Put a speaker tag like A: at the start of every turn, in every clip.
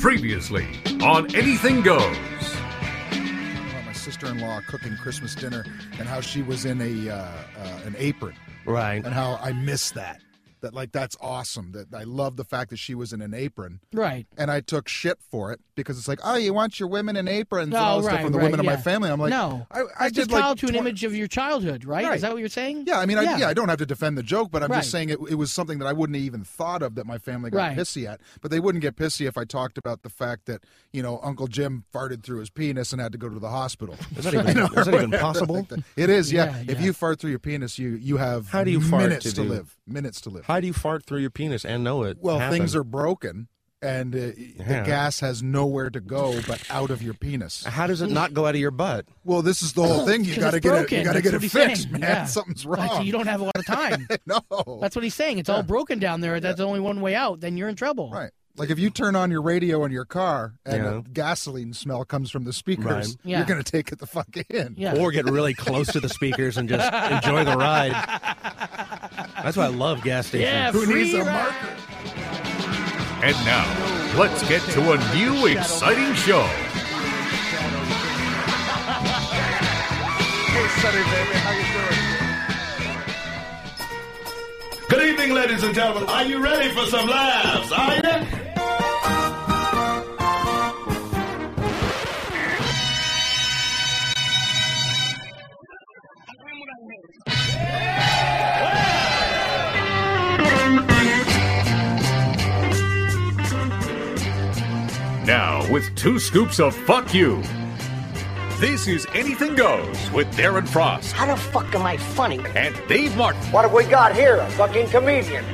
A: previously on Anything Goes.
B: about my sister-in-law cooking Christmas dinner and how she was in a uh, uh, an apron
C: Right.
B: and how I miss that. That like that's awesome. That I love the fact that she was in an apron.
D: Right.
B: And I took shit for it because it's like, oh, you want your women in aprons and
D: Oh,
B: all this
D: right,
B: stuff from the
D: right,
B: women in
D: yeah.
B: my family. I'm like,
D: No.
B: I, I
D: That's
B: did
D: just
B: like
D: called to an
B: 20
D: image of your childhood, right?
B: Right.
D: Is that what you're saying?
B: Yeah, I mean, I, yeah. I don't have to defend the joke, but I'm
D: Right.
B: just saying it, it was something that I wouldn't have even thought of that my family got
D: Right.
B: pissy at. But they wouldn't get pissy if I talked about the fact that you know Uncle Jim farted through his penis and had to go to the hospital.
C: Is that even, is that even possible?
B: It is, yeah.
D: Yeah,
B: If
D: yeah.
B: you fart through your penis, you you have
C: How do you fart
B: minutes
C: to do-
B: live. Minutes to live.
C: How do you fart through your penis and know it?
B: well,
C: happened?
B: things are broken, and uh, the
C: Yeah.
B: gas has nowhere to go but out of your penis.
C: How Oh, does it not go out of your butt?
B: Well, this is the whole thing. You
D: 'Cause
B: got to
D: it's
B: get it.
D: broken.
B: You got to
D: That's
B: get
D: what
B: it
D: he's
B: fixed,
D: saying.
B: man.
D: Yeah.
B: Something Something's
D: Like,
B: wrong.
D: so you don't have a lot of time.
B: no.
D: That's what he's saying. It's all broken down there. That's the only one way out. Then you're in trouble.
B: Right. Like if you turn on your radio in your car and
C: Yeah.
B: the gasoline smell comes from the speakers,
C: Right.
D: Yeah.
B: you're gonna take it the fuck in.
D: Yeah.
C: Or get really close to the speakers and just enjoy the ride. That's why I love gas stations.
D: Yeah.
B: Who
D: free
B: needs a
D: ride.
B: marker?
A: And now, let's get to a new exciting show.
E: Good evening, ladies and gentlemen. Are you ready for some laughs? Are you?
A: Now, with two scoops of fuck you. This is Anything Goes with Darren Frost
F: How the fuck am I funny?
A: and Dave Martin.
F: What have we got here? A fucking comedian.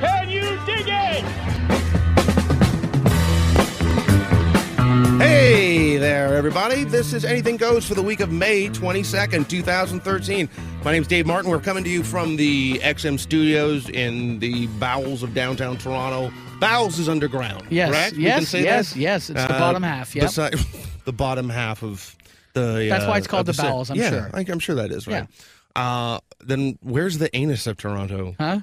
C: Hey there, everybody. This is Anything Goes for the week of May 22nd, 2013. My name's Dave Martin. We're coming to you from the XM studios in the bowels of downtown Toronto. Bowels is underground.
D: Yes,
C: Correct? We
D: yes,
C: can say
D: yes,
C: that? Uh,
D: yes. It's the bottom half, yep.
C: beside- the bottom half of the.
D: That's why
C: uh,
D: it's called
C: of
D: the
C: city.
D: bowels, I'm
C: yeah,
D: sure.
C: I, I'm sure that is, right? Uh, then where's the anus of Toronto?
D: Huh?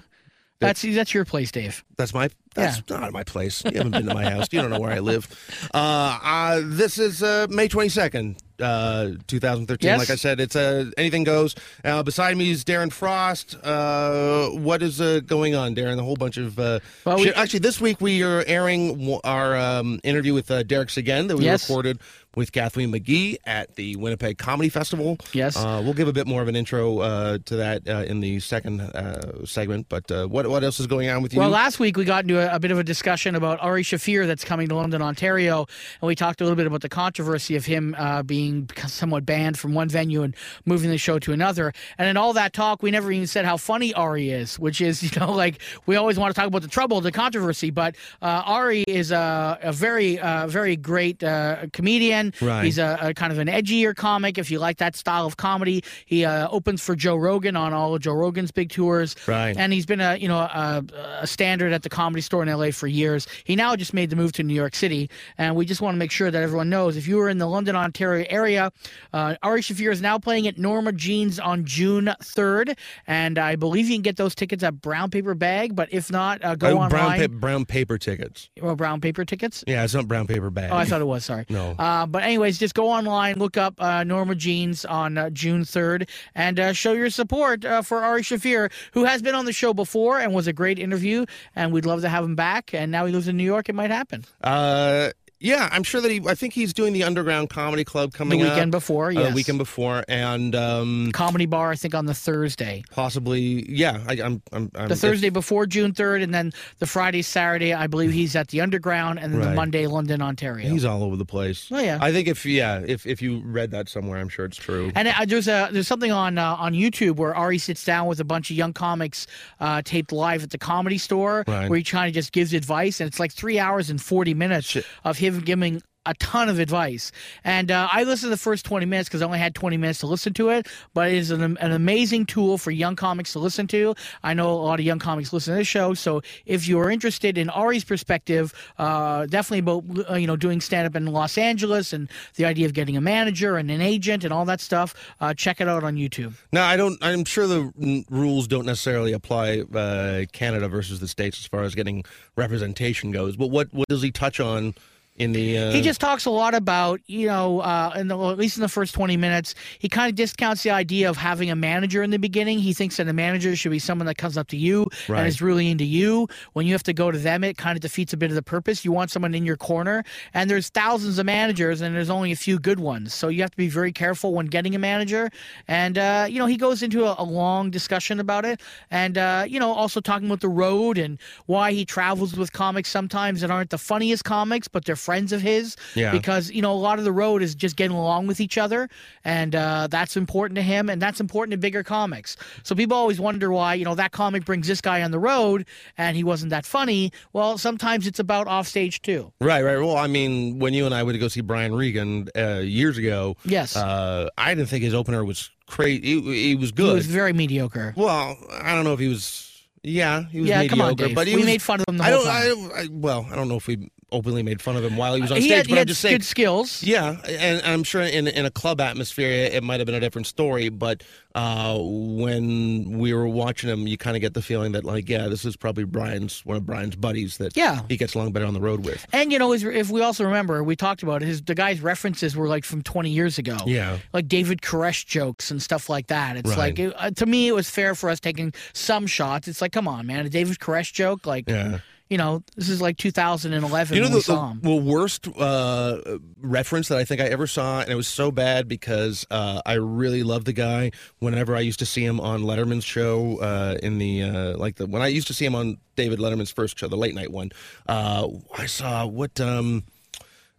D: That's see, that's your place, Dave.
C: That's my. That's not my place. You haven't been to my house. You don't know where I live. Uh, uh, this is uh, May twenty second, uh, two thousand thirteen.
D: Yes.
C: Like I said, it's uh, anything goes. Uh, beside me is Darren Frost. Uh, what is uh, going on, Darren? A whole bunch of uh,
D: Well, we-
C: shit. Actually, this week we are airing w- our um, interview with uh, Derek Sagan that we
D: Yes.
C: recorded with Kathleen McGee at the Winnipeg Comedy Festival.
D: Yes.
C: Uh, we'll give a bit more of an intro uh, to that uh, in the second uh, segment. But uh, what what else is going on with you?
D: Well, last week we got into a, a bit of a discussion about Ari Shafir that's coming to London, Ontario, and we talked a little bit about the controversy of him uh, being somewhat banned from one venue and moving the show to another. And in all that talk, we never even said how funny Ari is, which is you know like we always want to talk about the trouble, the controversy, but uh, Ari is a, a very, uh, very great uh, comedian.
C: Right.
D: He's a, a kind of an edgier comic if you like that style of comedy. He uh, opens for Joe Rogan on all of Joe Rogan's big tours.
C: Right.
D: And he's been a you know a, a standard at the comedy store in LA for years. He now just made the move to New York City, and we just want to make sure that everyone knows if you are in the London, Ontario area, uh, Ari Shafir is now playing at Norma Jeans on June third, and I believe you can get those tickets at Brown Paper Bag. But if not, uh, go
C: Oh,
D: online.
C: brown, pa- brown paper tickets.
D: or brown paper tickets.
C: Yeah, it's not brown paper bag.
D: Oh, I thought it was. Sorry.
C: No.
D: Uh, but anyways, just go online, look up uh, Norma Jeans on uh, June third, and uh, show your support uh, for Ari Shafir, who has been on the show before and was a great interview, and we'd love to have him back. And now he lives in New York. It might happen
C: Uh, yeah, I'm sure that he. I think he's doing the Underground Comedy Club
D: the
C: coming
D: weekend
C: up,
D: before.
C: uh,
D: Yes.
C: weekend before, and um,
D: Comedy bar, I think, on the Thursday,
C: possibly. Yeah, I, I'm. I'm. I'm
D: the Thursday before June third, and then the Friday, Saturday. I believe he's at the Underground, and then the
C: Right.
D: Monday, London, Ontario.
C: He's all over the place.
D: Oh, yeah.
C: I think if yeah, if if you read that somewhere, I'm sure it's true.
D: And uh, there's a there's something on uh, on YouTube where Ari sits down with a bunch of young comics uh, taped live at the comedy store,
C: Right.
D: where he kind of just gives advice, and it's like three hours and forty minutes of him giving a ton of advice. And uh, I listened to the first twenty minutes because I only had twenty minutes to listen to it, but it is an, an amazing tool for young comics to listen to. I know a lot of young comics listen to this show, so if you are interested in Ari's perspective, uh, definitely about uh, you know doing stand up in Los Angeles and the idea of getting a manager and an agent and all that stuff, uh, check it out on YouTube.
C: No, I don't. I'm sure the n- rules don't necessarily apply uh, Canada versus the states as far as getting representation goes. But what what does he touch on in the. Uh,
D: He just talks a lot about, you know, uh, in the, well, at least in the first 20 minutes, he kind of discounts the idea of having a manager in the beginning. He thinks that a manager should be someone that comes up to you
C: Right.
D: and is really into you. When you have to go to them, it kind of defeats a bit of the purpose. You want someone in your corner, and there's thousands of managers, and there's only a few good ones. So you have to be very careful when getting a manager. And, uh, you know, he goes into a, a long discussion about it, and, uh, you know, also talking about the road and why he travels with comics sometimes that aren't the funniest comics, but they're friends of his
C: Yeah.
D: because you know a lot of the road is just getting along with each other and uh, that's important to him and that's important to bigger comics so people always wonder why you know that comic brings this guy on the road and he wasn't that funny well sometimes it's about offstage too
C: Right, right. Well, I mean, when you and I went to go see Brian Regan uh, years ago,
D: Yes.
C: uh, I didn't think his opener was crazy. He, he was good.
D: he was very mediocre
C: well, I don't know if he was. Yeah, he was
D: yeah
C: mediocre.
D: come on Dave.
C: But he
D: we
C: was,
D: made fun of him the
C: I
D: whole
C: don't.
D: time Uh,
C: I, I, well, I don't know if we openly made fun of him while he was on
D: he
C: stage,
D: had,
C: but
D: he
C: I'm
D: had
C: just saying.
D: good skills
C: Yeah, and, and I'm sure in in a club atmosphere it might have been a different story, but uh, when we were watching him, you kind of get the feeling that like, yeah, this is probably Brian's one of Brian's buddies that
D: Yeah.
C: he gets along better on the road with.
D: And you know, his, if we also remember, we talked about it, his the guy's references were like from 20 years ago.
C: Yeah.
D: like David Koresh jokes and stuff like that. It's
C: Right.
D: like it, uh, to me, it was fair for us taking some shots. It's like, come on, man, a David Koresh joke, like.
C: Yeah.
D: You know, this is like 2011
C: You know
D: when
C: the,
D: we saw him.
C: the, the worst uh, reference that I think I ever saw, and it was so bad because uh, I really loved the guy. Whenever I used to see him on Letterman's show, uh, in the uh, like the when I used to see him on David Letterman's first show, the late night one, uh, I saw what. Um,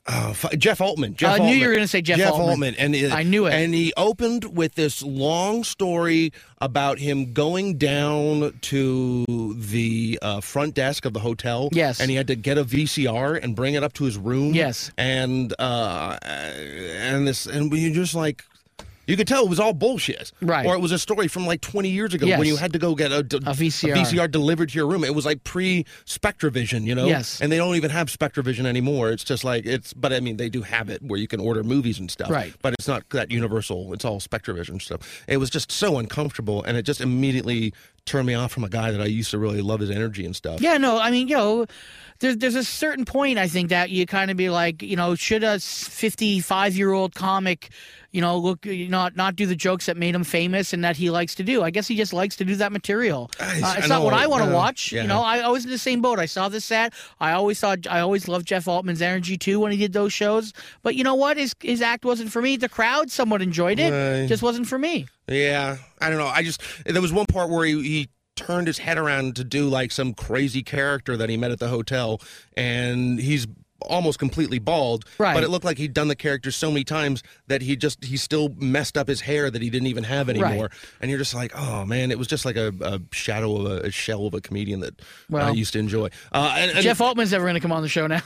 C: oh, fu- Jeff Altman. Jeff
D: I knew you
C: Altman.
D: were gonna say Jeff
C: Altman.
D: Altman.
C: and it-
D: I knew it.
C: And he opened with this long story about him going down to the uh, front desk of the hotel.
D: Yes.
C: and he had to get a VCR and bring it up to his room.
D: Yes.
C: and uh, and this, and you just like. You could tell it was all bullshit,
D: Right.
C: Or it was a story from like 20 years ago
D: Yes.
C: when you had to go get a, d-
D: A VCR.
C: VCR delivered to your room. It was like pre Spectrovision, you know?
D: Yes.
C: And they don't even have Spectrovision anymore. It's just like it's, but I mean, they do have it where you can order movies and stuff,
D: Right.
C: But it's not that universal. It's all Spectrovision stuff. It was just so uncomfortable, and it just immediately turned me off from a guy that I used to really love his energy and stuff.
D: Yeah, no, I mean, you know, there's there's a certain point I think that you kind of be like, you know, should a 55 year old comic, you know, look not not do the jokes that made him famous and that he likes to do. I guess he just likes to do that material.
C: I-
D: Uh, it's
C: I
D: not what
C: know,
D: I want to
C: yeah,
D: watch.
C: yeah.
D: You know, I, I was in the same boat. I saw this set. I always saw. I always loved Jeff Altman's energy too when he did those shows. But you know what? His his act wasn't for me. The crowd somewhat enjoyed it.
C: Right.
D: Just wasn't for me.
C: Yeah, I don't know. I just there was one part where he, he turned his head around to do like some crazy character that he met at the hotel, and he's almost completely bald.
D: Right.
C: But it looked like he'd done the character so many times that he just he still messed up his hair that he didn't even have anymore. And you're just like, oh man, it was just like a, a shadow of a, a shell of a comedian that I
D: Well.
C: used to enjoy. Uh, and, and-
D: Jeff Altman's never going to come on the show now.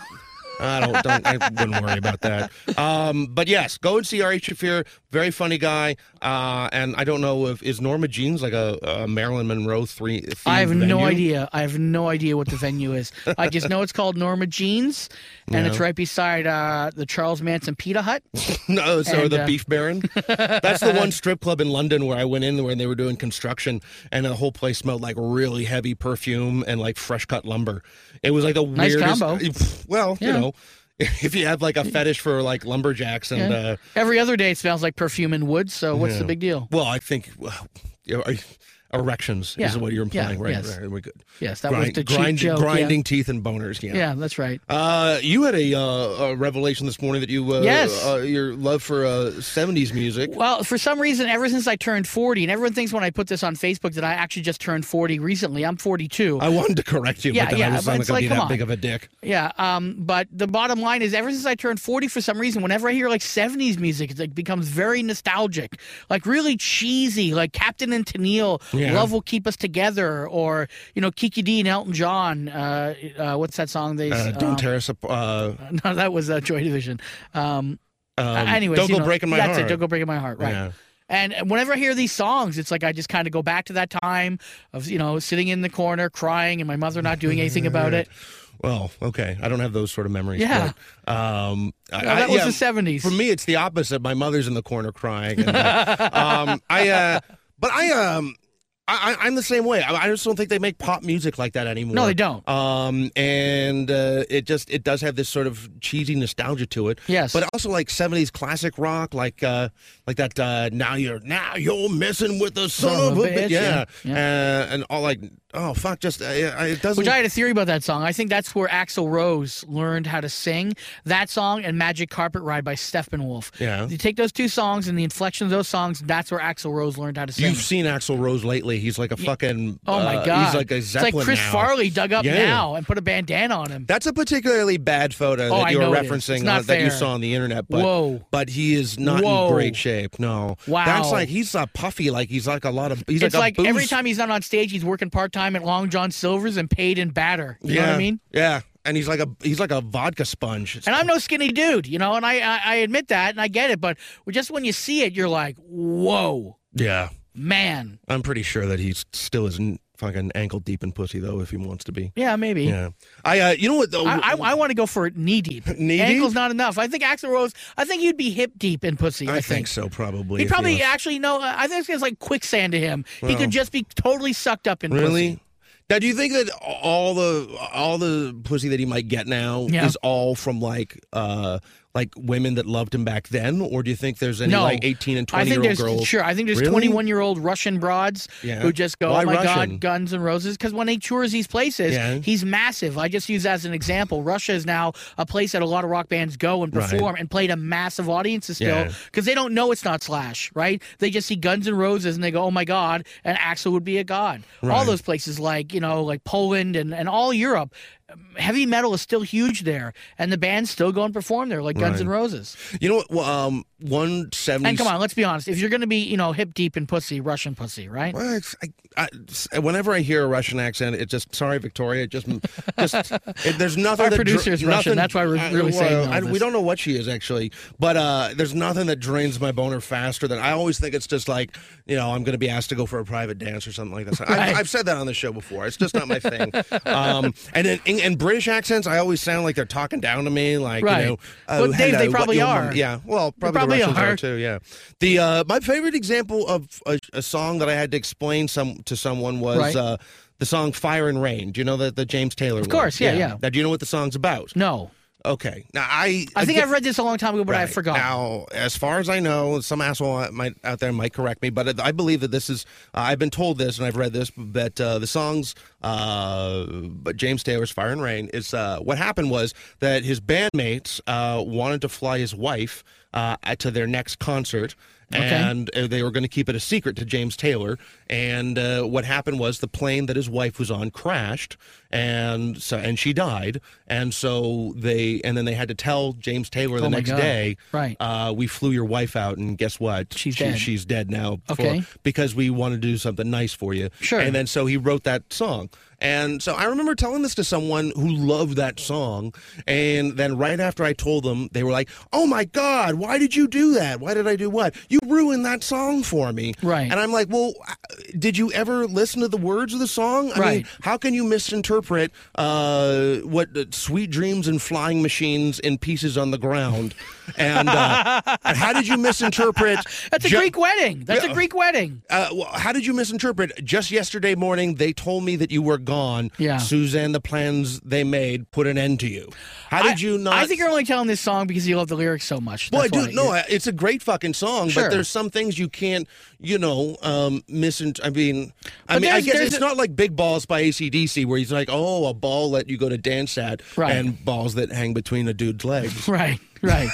C: I don't, don't I wouldn't worry about that. Um, but yes, go and see R.H. Shafir. Very funny guy. Uh, and I don't know if is Norma Jean's like a, a Marilyn Monroe three. themed
D: I have
C: venue?
D: no idea. I have no idea what the venue is. I just know it's called Norma Jeans, and it's right beside uh, the Charles Manson Pita Hut.
C: No, so
D: And,
C: the
D: uh,
C: Beef Baron. That's the one strip club in London where I went in where they were doing construction, and the whole place smelled like really heavy perfume and like fresh cut lumber. It was like the
D: Nice
C: weirdest.
D: combo.
C: Well, you
D: Yeah.
C: know. If you have like a fetish for like lumberjacks and uh,
D: Every other day, it smells like perfume and wood. So what's the big deal?
C: Well, I think well, are you- erections is
D: Yeah.
C: what you're implying,
D: Yeah,
C: right?
D: yes.
C: Right, We're good.
D: Yes, that was the cheap
C: grinding,
D: joke, yeah.
C: grinding teeth and boners. Yeah.
D: Yeah, that's right.
C: Uh, you had a, uh, a revelation this morning that you uh,
D: Yes.
C: uh, your love for uh, '70s music.
D: Well, for some reason, ever since I turned 40, and everyone thinks when I put this on Facebook that I actually just turned 40 recently. I'm 42.
C: I wanted to correct you,
D: Yeah,
C: but then I
D: yeah,
C: was
D: but
C: not
D: it's
C: going
D: like,
C: to be
D: come
C: that
D: on.
C: big of a dick.
D: Yeah, um, but the bottom line is, ever since I turned forty, for some reason, whenever I hear like seventies music, it like, becomes very nostalgic, like really cheesy, like Captain and Tennille,
C: Yeah.
D: "Love Will Keep Us Together," or you know, Kiki D and Elton John. Uh, uh, what's that song? They
C: Uh, don't
D: um,
C: tear us apart. Uh,
D: No, that was uh, Joy Division. Um,
C: um,
D: anyways,
C: don't
D: you
C: go
D: know,
C: breaking my
D: that's
C: heart.
D: it. Don't go breaking my heart. Right.
C: Yeah.
D: And whenever I hear these songs, it's like I just kind of go back to that time of you know sitting in the corner crying and my mother not doing anything about it.
C: Well, okay. I don't have those sort of memories.
D: Yeah.
C: but, um, I-
D: No, that
C: I-
D: was
C: yeah,
D: the seventies.
C: For me, it's the opposite. My mother's in the corner crying. And, uh, um, I, uh, but I, um, I, I, I'm the same way. I, I just don't think they make pop music like that anymore.
D: No, they don't.
C: Um, and uh, it just it does have this sort of cheesy nostalgia to it.
D: Yes.
C: but also like '70s classic rock, like uh, like that. Uh, now you're now you're messing with the son, of a bitch. Yeah,
D: yeah.
C: Uh, and all like oh fuck, just uh, yeah, it doesn't.
D: Which I had a theory about that song. I think that's where Axl Rose learned how to sing that song and Magic Carpet Ride by Steppenwolf.
C: Yeah.
D: You take those two songs and the inflection of those songs, that's where Axl Rose learned how to sing.
C: You've seen Axl Rose lately. He's like a fucking.
D: oh
C: uh,
D: my god.
C: He's like a Zeppelin
D: It's like Chris
C: now.
D: Farley dug up
C: Yeah.
D: now and put a bandana on him.
C: That's a particularly bad photo
D: Oh,
C: that
D: I
C: you were
D: know it is. It's
C: referencing
D: not
C: uh, that you
D: fair.
C: saw on the internet. But,
D: Whoa.
C: But he is not
D: Whoa.
C: in great shape. No.
D: Wow.
C: That's like he's uh, puffy. Like he's like a lot of. He's
D: it's
C: like,
D: like,
C: a booze.
D: every time he's not on stage, he's working part time at Long John Silver's and paid in batter. You
C: yeah.
D: know what I mean?
C: Yeah. And he's like a he's like a vodka sponge.
D: And I'm no skinny dude, you know, and I, I I admit that and I get it, but just when you see it, you're like, whoa,
C: yeah.
D: man.
C: I'm pretty sure that he's still isn't fucking ankle deep in pussy though if he wants to be.
D: Yeah, maybe.
C: Yeah. I uh, you know what though.
D: I, I, I want to go for knee deep.
C: Knee
D: Ankle's
C: deep?
D: not enough. I think Axl Rose. I think you'd be hip deep in pussy. I,
C: I think so probably.
D: He
C: if he
D: probably
C: was-
D: actually no. I think it's like quicksand to him. he
C: Well.
D: could just be totally sucked up in
C: Really?
D: pussy.
C: Now, do you think that all the all the pussy that he might get now
D: Yeah.
C: is all from like uh like women that loved him back then, or do you think there's any
D: No.
C: like 18 and
D: I
C: 20
D: think
C: year old
D: there's
C: girls?
D: sure. I think there's
C: Really?
D: 21 year old Russian broads
C: Yeah.
D: who just go,
C: Why
D: "Oh my
C: Russian?
D: God, Guns and Roses!" Because when he tours these places,
C: Yeah.
D: he's massive. I just use that as an example. Russia is now a place that a lot of rock bands go and perform and play to massive audiences still
C: Yeah.
D: because they don't know it's not Slash, right? They just see Guns and Roses and they go, "Oh my God!" And Axel would be a god. All
C: Right.
D: those places, like you know, like Poland and and all Europe. um, Heavy metal is still huge there, and the bands still go and perform there, like Guns
C: Right.
D: N' Roses.
C: You know what? Well, um, 170.
D: And come on, let's be honest. If you're going to be, you know, hip deep in pussy, Russian pussy, right?
C: Well, it's- I, I, whenever I hear a Russian accent, it just sorry Victoria, it just just it, there's nothing.
D: Our
C: that
D: producer
C: dra-
D: is Russian,
C: nothing-
D: that's why we're really saying all
C: I- we
D: this.
C: don't know what she is actually, but uh, there's nothing that drains my boner faster than I always think it's just like you know I'm going to be asked to go for a private dance or something like that. So I,
D: Right.
C: I've said that on the show before. It's just not my thing. um, and in, in, in British accents, I always sound like they're talking down to me, like
D: Right.
C: you know. "Oh,
D: Well, Dave, they
C: hello, what
D: probably
C: you
D: are.
C: want?" Yeah, well, probably,
D: probably
C: the Russians
D: are.
C: are too too. Yeah. The uh, my favorite example of a, a song that I had to explain some to someone was
D: Right.
C: uh, the song "Fire and Rain." Do you know that the James Taylor? Of
D: course, yeah, yeah.
C: Now, do you know what the song's about?
D: No.
C: Okay. Now I
D: I think
C: again-
D: I've read this a long time ago, but I
C: Right.
D: forgot.
C: Now, as far as I know, some asshole out- might, out there might correct me, but I believe that this is. Uh, I've been told this, and I've read this, that uh, the songs, uh, but James Taylor's "Fire and Rain" is. Uh, what happened was that his bandmates uh, wanted to fly his wife uh, to their next concert. And uh, they were going to keep it a secret to James Taylor. And uh, what happened was the plane that his wife was on crashed, and so and she died. And so they and then they had to tell James Taylor the
D: Oh my
C: next
D: God.
C: day,
D: Right.
C: Uh, we flew your wife out, and guess what?
D: She's dead.
C: She's dead now. for-
D: Okay.
C: because we wanted to do something nice for you.
D: Sure.
C: And then so he wrote that song, and so I remember telling this to someone who loved that song, and then right after I told them, they were like, "Oh my God, why did you do that? Why did I do what? You ruined that song for me."
D: Right.
C: And I'm like, "Well, uh, did you ever listen to the words of the song? I
D: Right.
C: mean, how can you misinterpret uh, what uh, sweet dreams and flying machines in pieces on the ground? And, uh, and how did you misinterpret?
D: That's a
C: ju-
D: Greek wedding. That's
C: Yeah.
D: a Greek wedding.
C: Uh, well, how did you misinterpret? Just yesterday morning, they told me that you were gone.
D: Yeah.
C: Suzanne, the plans they made put an end to you. How did
D: I-
C: you not?
D: I think you're only telling this song because you love the lyrics so much.
C: Well, I
D: That's
C: do.
D: why.
C: No, I- it's a great fucking song,
D: Sure.
C: but there's some things you can't, you know, um, misinter. I mean, I
D: But
C: mean, I
D: there's-
C: guess
D: there's
C: it's
D: a-
C: not like Big Balls by ACDC where he's like, oh, a ball that you go to dance at,
D: Right.
C: and balls that hang between a dude's legs.
D: Right, right.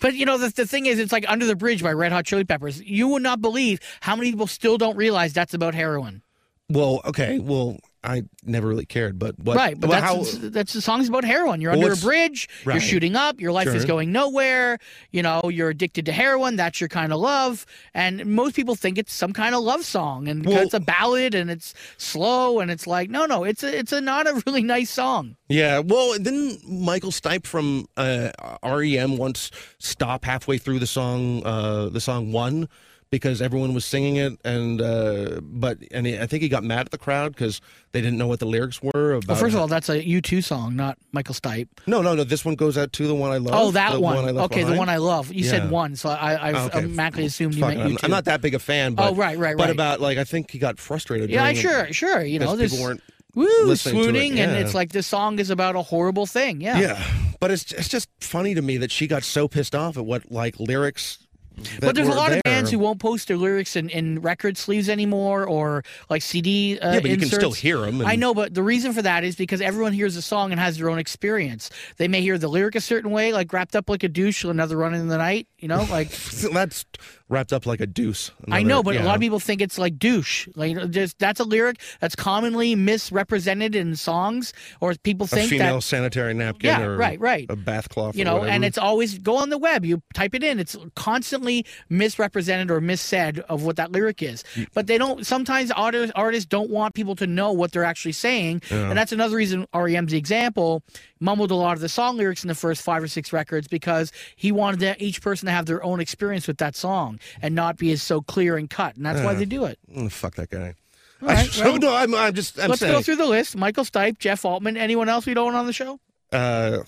D: But you know the, the thing is, it's like Under the Bridge by Red Hot Chili Peppers. You would not believe how many people still don't realize that's about heroin.
C: well, okay, well, I never really cared, but what?
D: right, but
C: well,
D: that's,
C: how?
D: that's the song's about heroin. You're
C: Well,
D: under a
C: it's-
D: bridge, you're
C: right.
D: shooting up, your life is
C: Sure.
D: going nowhere, you know, you're addicted to heroin, that's your kind of love. And most people think it's some kind of love song and 'cause
C: Well-
D: it's a ballad and it's slow and it's like, no, no, it's a, it's a not a really nice song.
C: Yeah, well, then Michael Stipe from E uh, REM once stop halfway through the song, uh, the song one, because everyone was singing it, and uh, but and he, I think he got mad at the crowd because they didn't know what the lyrics were. About
D: Well, first of all, that's a U2 song, not Michael Stipe.
C: no, no, no. This one goes out to the one I love.
D: Oh, that
C: the
D: one.
C: I left
D: okay, the
C: behind.
D: one I love. You
C: Yeah.
D: said one, so I, I
C: Oh, okay.
D: automatically assumed you
C: Fuck,
D: meant
C: I'm,
D: U2.
C: I'm not that big a fan. But,
D: Oh, right, right,
C: But
D: right.
C: about like I think he got frustrated.
D: Yeah,
C: during-
D: sure, sure. You know,
C: because
D: there's
C: people weren't
D: woo
C: listening to it,
D: swooning, and
C: yeah.
D: it's like this song is about a horrible thing. Yeah.
C: Yeah, but it's it's just funny to me that she got so pissed off at what like lyrics. That
D: But there's a
C: were
D: lot
C: there.
D: of bands who won't post their lyrics in, in record sleeves anymore, or like CD. Uh,
C: Yeah, but you can still
D: inserts.
C: hear 'em and-
D: I know, but the reason for that is because everyone hears a song and has their own experience. They may hear the lyric a certain way, like "Wrapped Up Like a Douche," another run in the night. You know, like
C: that's wrapped up like a deuce.
D: I know, but a lot of
C: people.
D: people think it's like douche. Like you know, there's- that's a lyric that's commonly misrepresented in songs, or people
C: a
D: think
C: female
D: that
C: sanitary napkin
D: Yeah,
C: or
D: right, right.
C: a bath cloth
D: you
C: or
D: know. And
C: whatever.
D: it's always go on the web. You type it in. It's constantly misrepresented or missaid of what that lyric is.
C: Mm.
D: But they don't. Sometimes artists artists don't want people to know what they're actually saying, and that's another reason REM's example mumbled a lot of the song lyrics in the first five or six records because he wanted that each person to have their own experience with that song and not be as so clear and cut. And that's why they do it.
C: Mm, fuck that guy I,
D: right,
C: so
D: well-
C: no I'm, I'm just I'm
D: Let's
C: saying
D: go through the list. Michael Stipe, Jeff Altman, anyone else we don't want on the show?
C: uh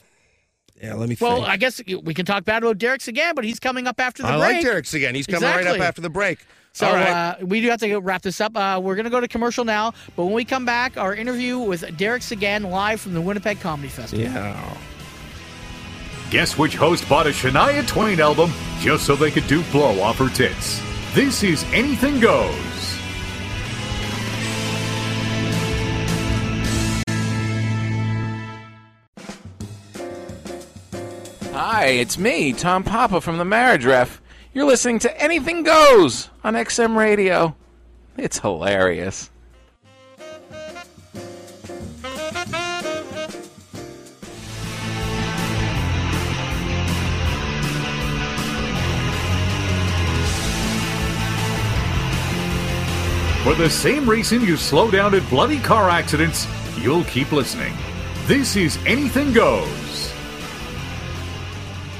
C: yeah let me
D: Well,
C: think.
D: I guess we can talk bad about Derek's again, but he's coming up after the
C: I
D: break.
C: like Derek's again he's coming right
D: Exactly.
C: up after the break
D: So
C: all right
D: uh, we do have to go wrap this up. Uh, we're going to go to commercial now, but when we come back, our interview with Derek's again live from the Winnipeg Comedy Festival.
C: yeah
A: Guess which host bought a Shania Twain album just so they could do blow off her tits? This is Anything Goes.
G: Hi, it's me, Tom Papa from the Marriage Ref. You're listening to Anything Goes on XM Radio. It's hilarious.
A: For the same reason you slow down at bloody car accidents, you'll keep listening. This is Anything Goes.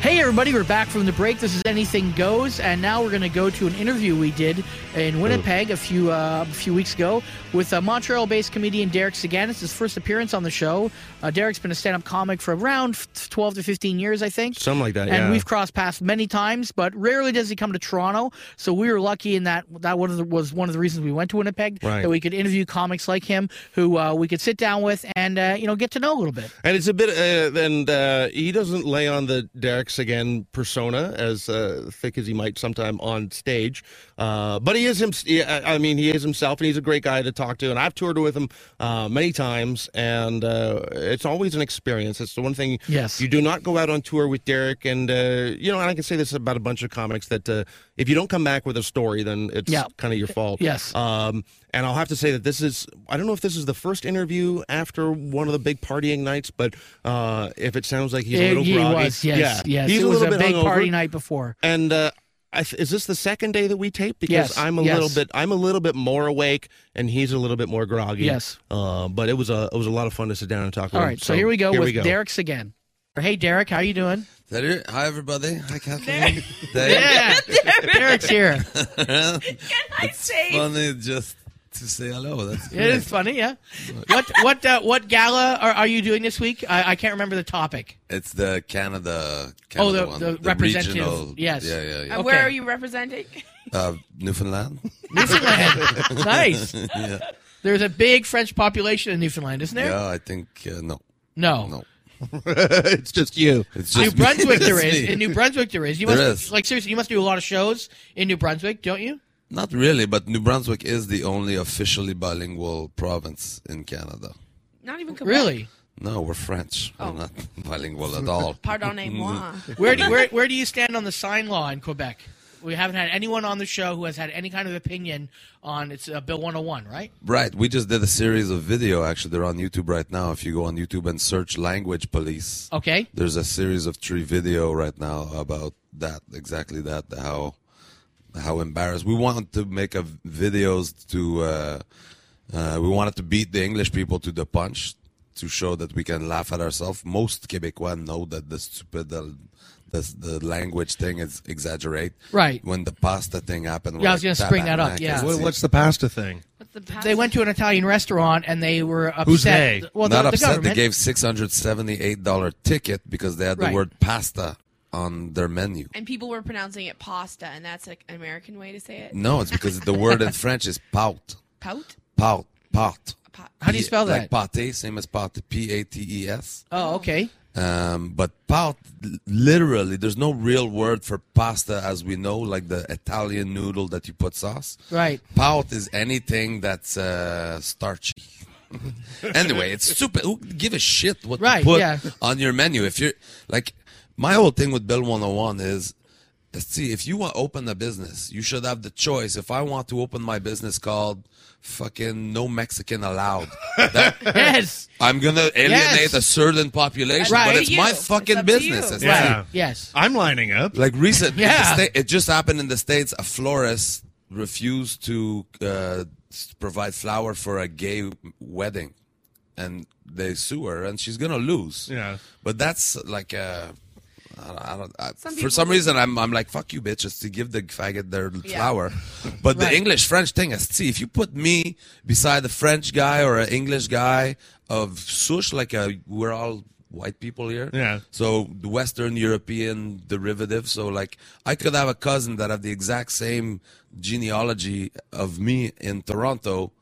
D: Hey, everybody, we're back from the break. This is Anything Goes, and now we're going to go to an interview we did in Winnipeg a few uh, a few weeks ago with uh, Montreal-based comedian Derek Sagan. It's his first appearance on the show. Uh, Derek's been a stand-up comic for around f- 12 to 15 years, I think.
C: Something like that,
D: And
C: Uh, yeah.
D: we've crossed paths many times, but rarely does he come to Toronto. So we were lucky in that that one of the, was one of the reasons we went to Winnipeg
C: Right.
D: that we could interview comics like him who uh, we could sit down with and uh, you know get to know a little bit.
C: and it's a bit uh, and uh he doesn't lay on the Derek's again persona as uh, thick as he might sometime on stage uh but he is him yeah, I I mean he is himself and he's a great guy to talk to and I've toured with him uh many times and uh it's always an experience it's the one thing
D: Yes.
C: you do not go out on tour with Derek and uh you know and I can say this about a bunch of comics that uh, if you don't come back with a story then it's
D: Yeah.
C: kind of your fault
D: Yes.
C: um, and I'll have to say that this is, I don't know if this is the first interview after one of the big partying nights, but uh, if it sounds like he's a
D: Yeah,
C: little
D: he
C: groggy.
D: was, yes,
C: yeah.
D: yes.
C: He's
D: it was a,
C: little bit
D: big
C: hungover.
D: party night before.
C: And uh, I th- is this the second day that we tape? Because
D: Yes,
C: I'm a
D: yes.
C: little bit, I'm a little bit more awake and he's a little bit more groggy.
D: Yes.
C: Uh, but it was a, it was a lot of fun to sit down and talk with
D: All
C: him.
D: right, so, here we go
C: here
D: with
C: we go.
D: Derek's again. Hey Derek, how you doing?
H: Is that it? Hi, everybody. Hi, Kathleen. Dave.
D: Yeah, Derek's here.
H: Funny just to say hello. That's
D: It is funny, yeah. What what uh, what gala are, are you doing this week? I, I can't remember the topic.
H: it's the Canada,
D: Oh,
H: Canada
D: the-
H: one.
D: the representative,
H: regional-
D: yes.
H: Yeah, yeah, yeah.
I: And
D: Okay.
I: Uh, where are you representing?
H: Uh, Newfoundland.
D: Newfoundland, nice.
H: yeah.
D: There's a big French population in Newfoundland, isn't there?
H: yeah, I think uh, no,
D: No.
H: no.
C: it's just you.
H: It's
D: Oh. New
H: just me.
D: Brunswick, there
H: It's
D: is.
H: me.
D: In New Brunswick, there is. You
H: There
D: must
H: is.
D: like seriously. You must do a lot of shows in New Brunswick, don't you?
H: Not really, but New Brunswick is the only officially bilingual province in Canada.
I: Not even Quebec.
D: Really?
H: No, we're French.
D: Oh.
H: We're not bilingual at all.
I: Pardonnez-moi.
D: Where do where where do you stand on the sign law in Quebec? We haven't had anyone on the show who has had any kind of opinion on it's uh, Bill 101, right?
H: Right. We just did a series of video. Actually, they're on YouTube right now. If you go on YouTube and search "language police,"
D: Okay.
H: there's a series of three video right now about that exactly that how how embarrassed we want to make a v- videos to uh, uh, we wanted to beat the english people to the punch to show that we can laugh at ourselves most quebecois know that the stupid this, the language thing is exaggerate.
D: Right.
H: When the pasta thing happened.
D: Yeah, I was gonna
H: to
D: spring that up, yeah.
C: What, what's the pasta thing?
I: What's the past-
D: They went to an Italian restaurant and they were upset.
C: Who's they?
D: Well, the,
H: Not
D: the
H: upset. They
D: government.
H: gave six hundred seventy-eight dollar ticket because they had the
D: Right.
H: word pasta on their menu.
I: and people were pronouncing it pasta, and that's like an American way to say it.
H: No, it's because the word in French is pout,
I: Pout?
H: pout, pout.
I: Pot.
D: How do you spell
H: Like
D: that?
H: pate, same as pate, P A T E S.
D: oh, okay.
H: Um, but pout, l- literally, there's no real word for pasta as we know, like the Italian noodle that you put sauce.
D: Right.
H: Pout is anything that's uh, starchy. anyway, it's super. Who give a shit what
D: Right,
H: you put
D: yeah.
H: on your menu? If you're like, my whole thing with Bill 101 is. See, if you want to open a business, you should have the choice. If I want to open my business called fucking No Mexican Allowed, that,
D: Yes.
H: I'm gonna alienate
D: Yes.
H: a certain population,
D: Right.
H: but it's
I: You.
H: my
I: It's
H: fucking
I: up to
H: business.
I: you.
H: It's
C: Yeah.
H: like-
D: Right. Yes.
C: I'm lining up.
H: Like recent,
D: Yeah.
H: yeah. it just happened in the states. A florist refused to uh, s- provide flower for a gay wedding, and they sue her, and she's gonna lose.
C: Yeah.
H: but that's like uh I don't, I don't, I,
I: Some
H: for
I: people-
H: some reason, I'm I'm like fuck you, bitch. It's to give the faggot their
I: Yeah.
H: flower,
D: Right.
H: but the English French thing is see if you put me beside a French guy or an English guy of sush like a we're all white people here.
C: Yeah.
H: So the Western European derivative. So like I could have a cousin that have the exact same genealogy of me in Toronto,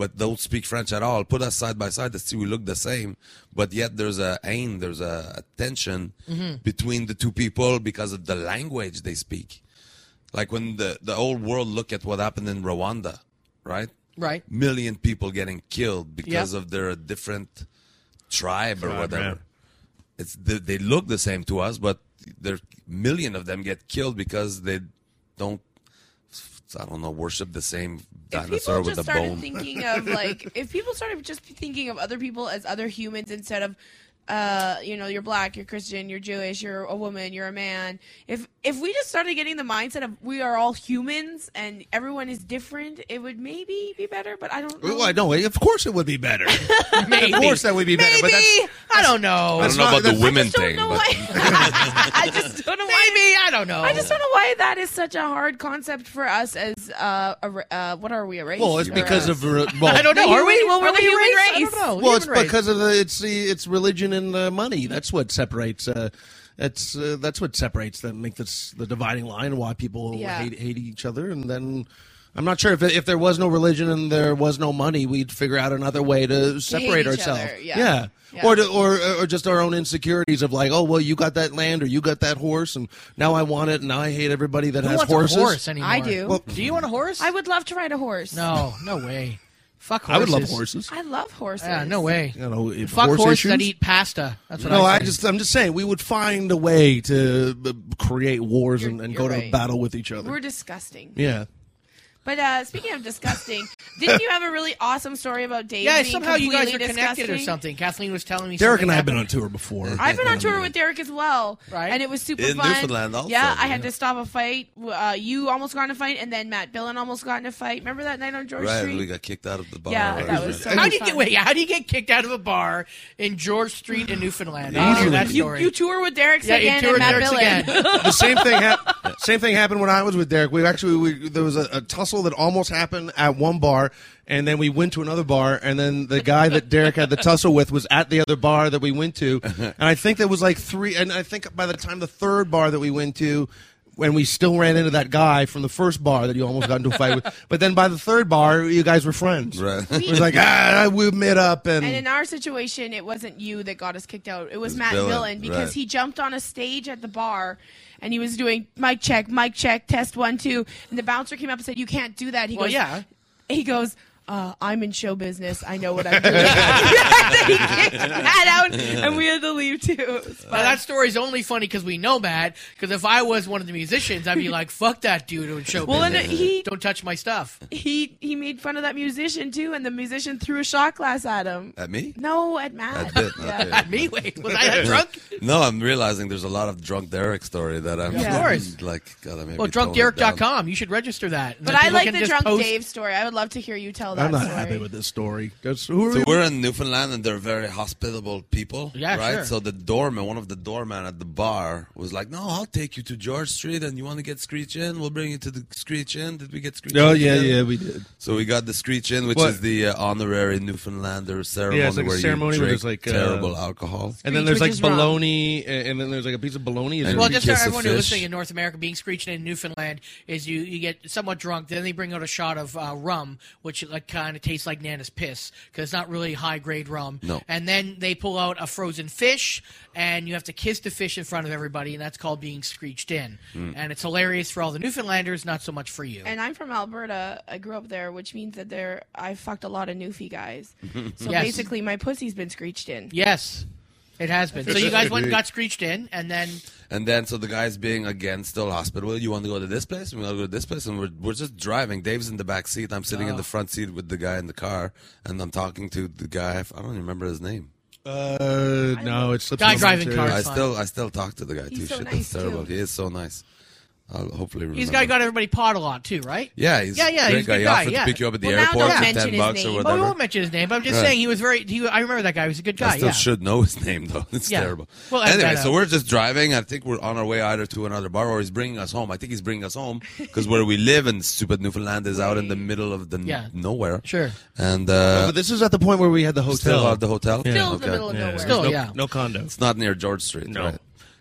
H: but don't speak French at all. Put us side by side to see we look the same, but yet there's a aim, there's a, a tension between the two people because of the language they speak. Like when the the whole world look at what happened in Rwanda, right?
D: Right.
H: Million people getting killed because of their different tribe or
C: Tribe,
H: whatever
C: yeah.
H: it's they, they look the same to us, but there million of them get killed because they don't. I don't know, worship the same
I: If
H: dinosaur
I: people
H: with
I: just
H: a
I: started
H: bone.
I: thinking of like, if people started just thinking of other people as other humans instead of, uh, you know, you're black, you're Christian, you're Jewish, you're a woman, you're a man. If if we just started getting the mindset of we are all humans and everyone is different, it would maybe be better. But I don't. Know.
C: Well, I know. Of course, it would be better. of course, that would be better. But that's
D: Maybe. I don't know.
H: I
C: That's
H: don't know
C: not-
H: about the
C: that's-
I: I
H: women
I: just don't
H: thing,
I: know
H: but
I: why. I just don't know why.
D: Maybe. I don't know.
I: I just don't know why that is such a hard concept for us as uh, a, ra- uh what are we a race?
C: well, it's
I: Or
C: because
I: a-
C: of uh, well,
D: I don't know.
I: The
D: Are we?
I: human- well, we're
D: Are
I: the
D: we
I: human
D: race? I
I: race.
D: don't know.
C: well, it's
D: Human race.
C: because of the, it's the it's religion and uh, money. That's what separates. Uh, that's uh, that's what separates them. Make this the dividing line and why people
I: Yeah.
C: hate hate each other. And then I'm not sure if if there was no religion and there was no money, we'd figure out another way to separate
I: each
C: ourselves.
I: other, yeah. Yeah.
C: Or, to, or or just our own insecurities of like, oh well, you got that land or you got that horse, and now I want it, and I hate everybody that
D: Who
C: has
D: wants
C: horses.
D: a horse anymore?
I: I do.
D: Do you want a horse?
I: I would love to ride a horse.
D: No. No way. Fuck horses.
C: I would love horses.
I: I love horses.
D: Yeah. No way.
C: You know, if
D: Fuck
C: horse
D: horses that
C: issues-
D: eat pasta. That's what
C: No,
D: I,
C: I
D: say.
C: just I'm just saying we would find a way to uh, create wars and,
I: You're-
C: and
I: you're
C: go to
I: right.
C: battle with each other.
I: We're disgusting.
C: yeah.
I: But uh, speaking of disgusting, didn't you have a really awesome story about Dave?
D: Yeah.
I: being
D: Somehow you guys are
I: completely
D: connected or
I: disgusting?
D: something. Kathleen was telling me.
C: Derek
D: something
C: and I have been
D: happened.
C: on tour before. uh,
I: I've been on tour with Derek as well,
D: Right.
I: And it was super
H: In
I: fun.
H: Newfoundland also,
I: yeah, I had
H: yeah.
I: to stop a fight. Uh, you almost got in a fight, and then Matt Billen almost got in a fight. Remember that night on George
H: right,
I: Street?
H: we got kicked out of the bar.
I: yeah, that was so
D: How
I: much
D: do you get?
I: fun.
D: Wait. How do you get kicked out of a bar in George Street in Newfoundland? I
C: Easily.
D: heard that
C: You-
I: You,
D: story.
I: you tour with Derek
D: yeah,
I: again
D: you toured
I: and Matt
D: Derek's
I: Billen.
D: again.
C: the same thing happened. Same thing happened when I was with Derek. We actually we, there was a, a tussle that almost happened at one bar, and then we went to another bar, and then the guy that Derek had the tussle with was at the other bar that we went to, and I think there was like three. And I think by the time the third bar that we went to. When we still ran into that guy from the first bar that you almost got into a fight with, but then by the third bar, you guys were friends.
H: Right.
C: It was like ah, we met up and,
I: And in our situation, it wasn't you that got us kicked out. It was,
H: was
I: Matt
H: Billen,
I: Villan because
H: right.
I: he jumped on a stage at the bar and he was doing mic check, mic check, test one, two. And the bouncer came up and said, You can't do that. He
D: Well,
I: goes,
D: yeah.
I: He goes, uh, I'm in show business. I know what I'm doing. he kicked Matt out and we had to leave too. It was fun.
D: Now, that story's only funny because we know Matt. Because if I was one of the musicians, I'd be like, "Fuck that dude who show
I: Well, and
D: business.
I: he-
D: don't touch my stuff."
I: he, he made fun of that musician too, and the musician threw a shot glass at him.
H: At me?
I: No, at Matt.
H: At Bit, not
I: Yeah.
H: there.
D: Me? Wait, was I drunk?
H: No, I'm realizing there's a lot of drunk Derek story that I'm
I: Yeah. Of
D: course.
H: like. God, I may
D: Well,
H: be toned down.
D: drunkderek.com. You should register that. And
I: But
D: then
I: I
D: people
I: like
D: can
I: the
D: just
I: drunk
D: post-
I: Dave story. I would love to hear you tell
C: I'm
I: that
C: not
I: story.
C: happy with this story. 'Cause Who are
H: So
C: we-
H: we're in Newfoundland and they're very hospitable people,
C: Yeah,
H: right?
C: sure.
H: So the doorman, one of the doorman at the bar, was like, "No, I'll take you to George Street, and you want to get Screech in? We'll bring you to the Screech in. Did we get Screech?
C: Oh,
H: in
C: yeah,
H: together?
C: yeah, we did.
H: So we got the Screech in, which
C: What?
H: is the uh, honorary Newfoundlander ceremony.
C: Yeah, it's like
H: where
C: a ceremony
H: you
C: where
H: drink
C: there's like uh,
H: terrible alcohol,
C: and then there's like bologna, and and then there's like a piece of bologna. Is
H: And
C: it-
D: Well,
H: you
D: just
H: kiss
D: for
H: a
D: everyone who's
H: fish.
D: listening in North America, being screeching in Newfoundland is you, you get somewhat drunk, then they bring out a shot of uh, rum, which like kind of tastes like Nana's piss because it's not really high grade rum.
H: No.
D: And then they pull out a frozen fish, and you have to kiss the fish in front of everybody, and that's called being screeched in.
H: Mm.
D: And it's hilarious for all the Newfoundlanders, not so much for you.
I: And I'm from Alberta. I grew up there, which means that there I fucked a lot of newfie guys. So
D: Yes.
I: basically, my pussy's been screeched in.
D: Yes, it has been. So you guys went and got screeched in, and then
H: and then so the guys being again still hospitable. You want to go to this place? We want to go to this place, and we're we're just driving. Dave's in the back seat. I'm sitting in
C: Oh.
H: the front seat with the guy in the car, and I'm talking to the guy. I don't remember his name.
C: uh, no, it's
D: Guy driving car
H: I
D: is fine.
H: still I still talk to the guy
D: He's
H: too.
D: so
H: Shit,
D: nice,
H: that's terrible.
D: too.
H: He is so nice. I'll hopefully remember.
D: he's got got everybody pot a lot too, right?
H: Yeah, he's
D: yeah, yeah.
H: a great
D: he's a
H: guy.
D: good
H: He
D: guy.
H: offered to
D: yeah.
H: pick you up at the Well, now airport don't for mention 10 his bucks or name.
D: Well, we
H: whatever.
D: won't mention his name, but I'm just
H: Right.
D: saying he was very. He, I remember that guy. He was a good guy.
H: I still
D: yeah.
H: should know his name though. It's
D: Yeah.
H: terrible.
D: Well, I-
H: anyway,
D: I-
H: so we're just driving. I think we're on our way either to another bar or he's bringing us home. I think he's bringing us home because where we live in stupid Newfoundland is out in the middle of the n-
D: Yeah.
H: nowhere.
D: Sure.
H: And
C: No,
H: uh,
C: but this is at the point where we had the hotel.
H: Still at the hotel?
C: Yeah.
H: Okay.
D: Still,
C: no,
D: yeah.
C: no condo.
H: It's not near George Street. No. Right?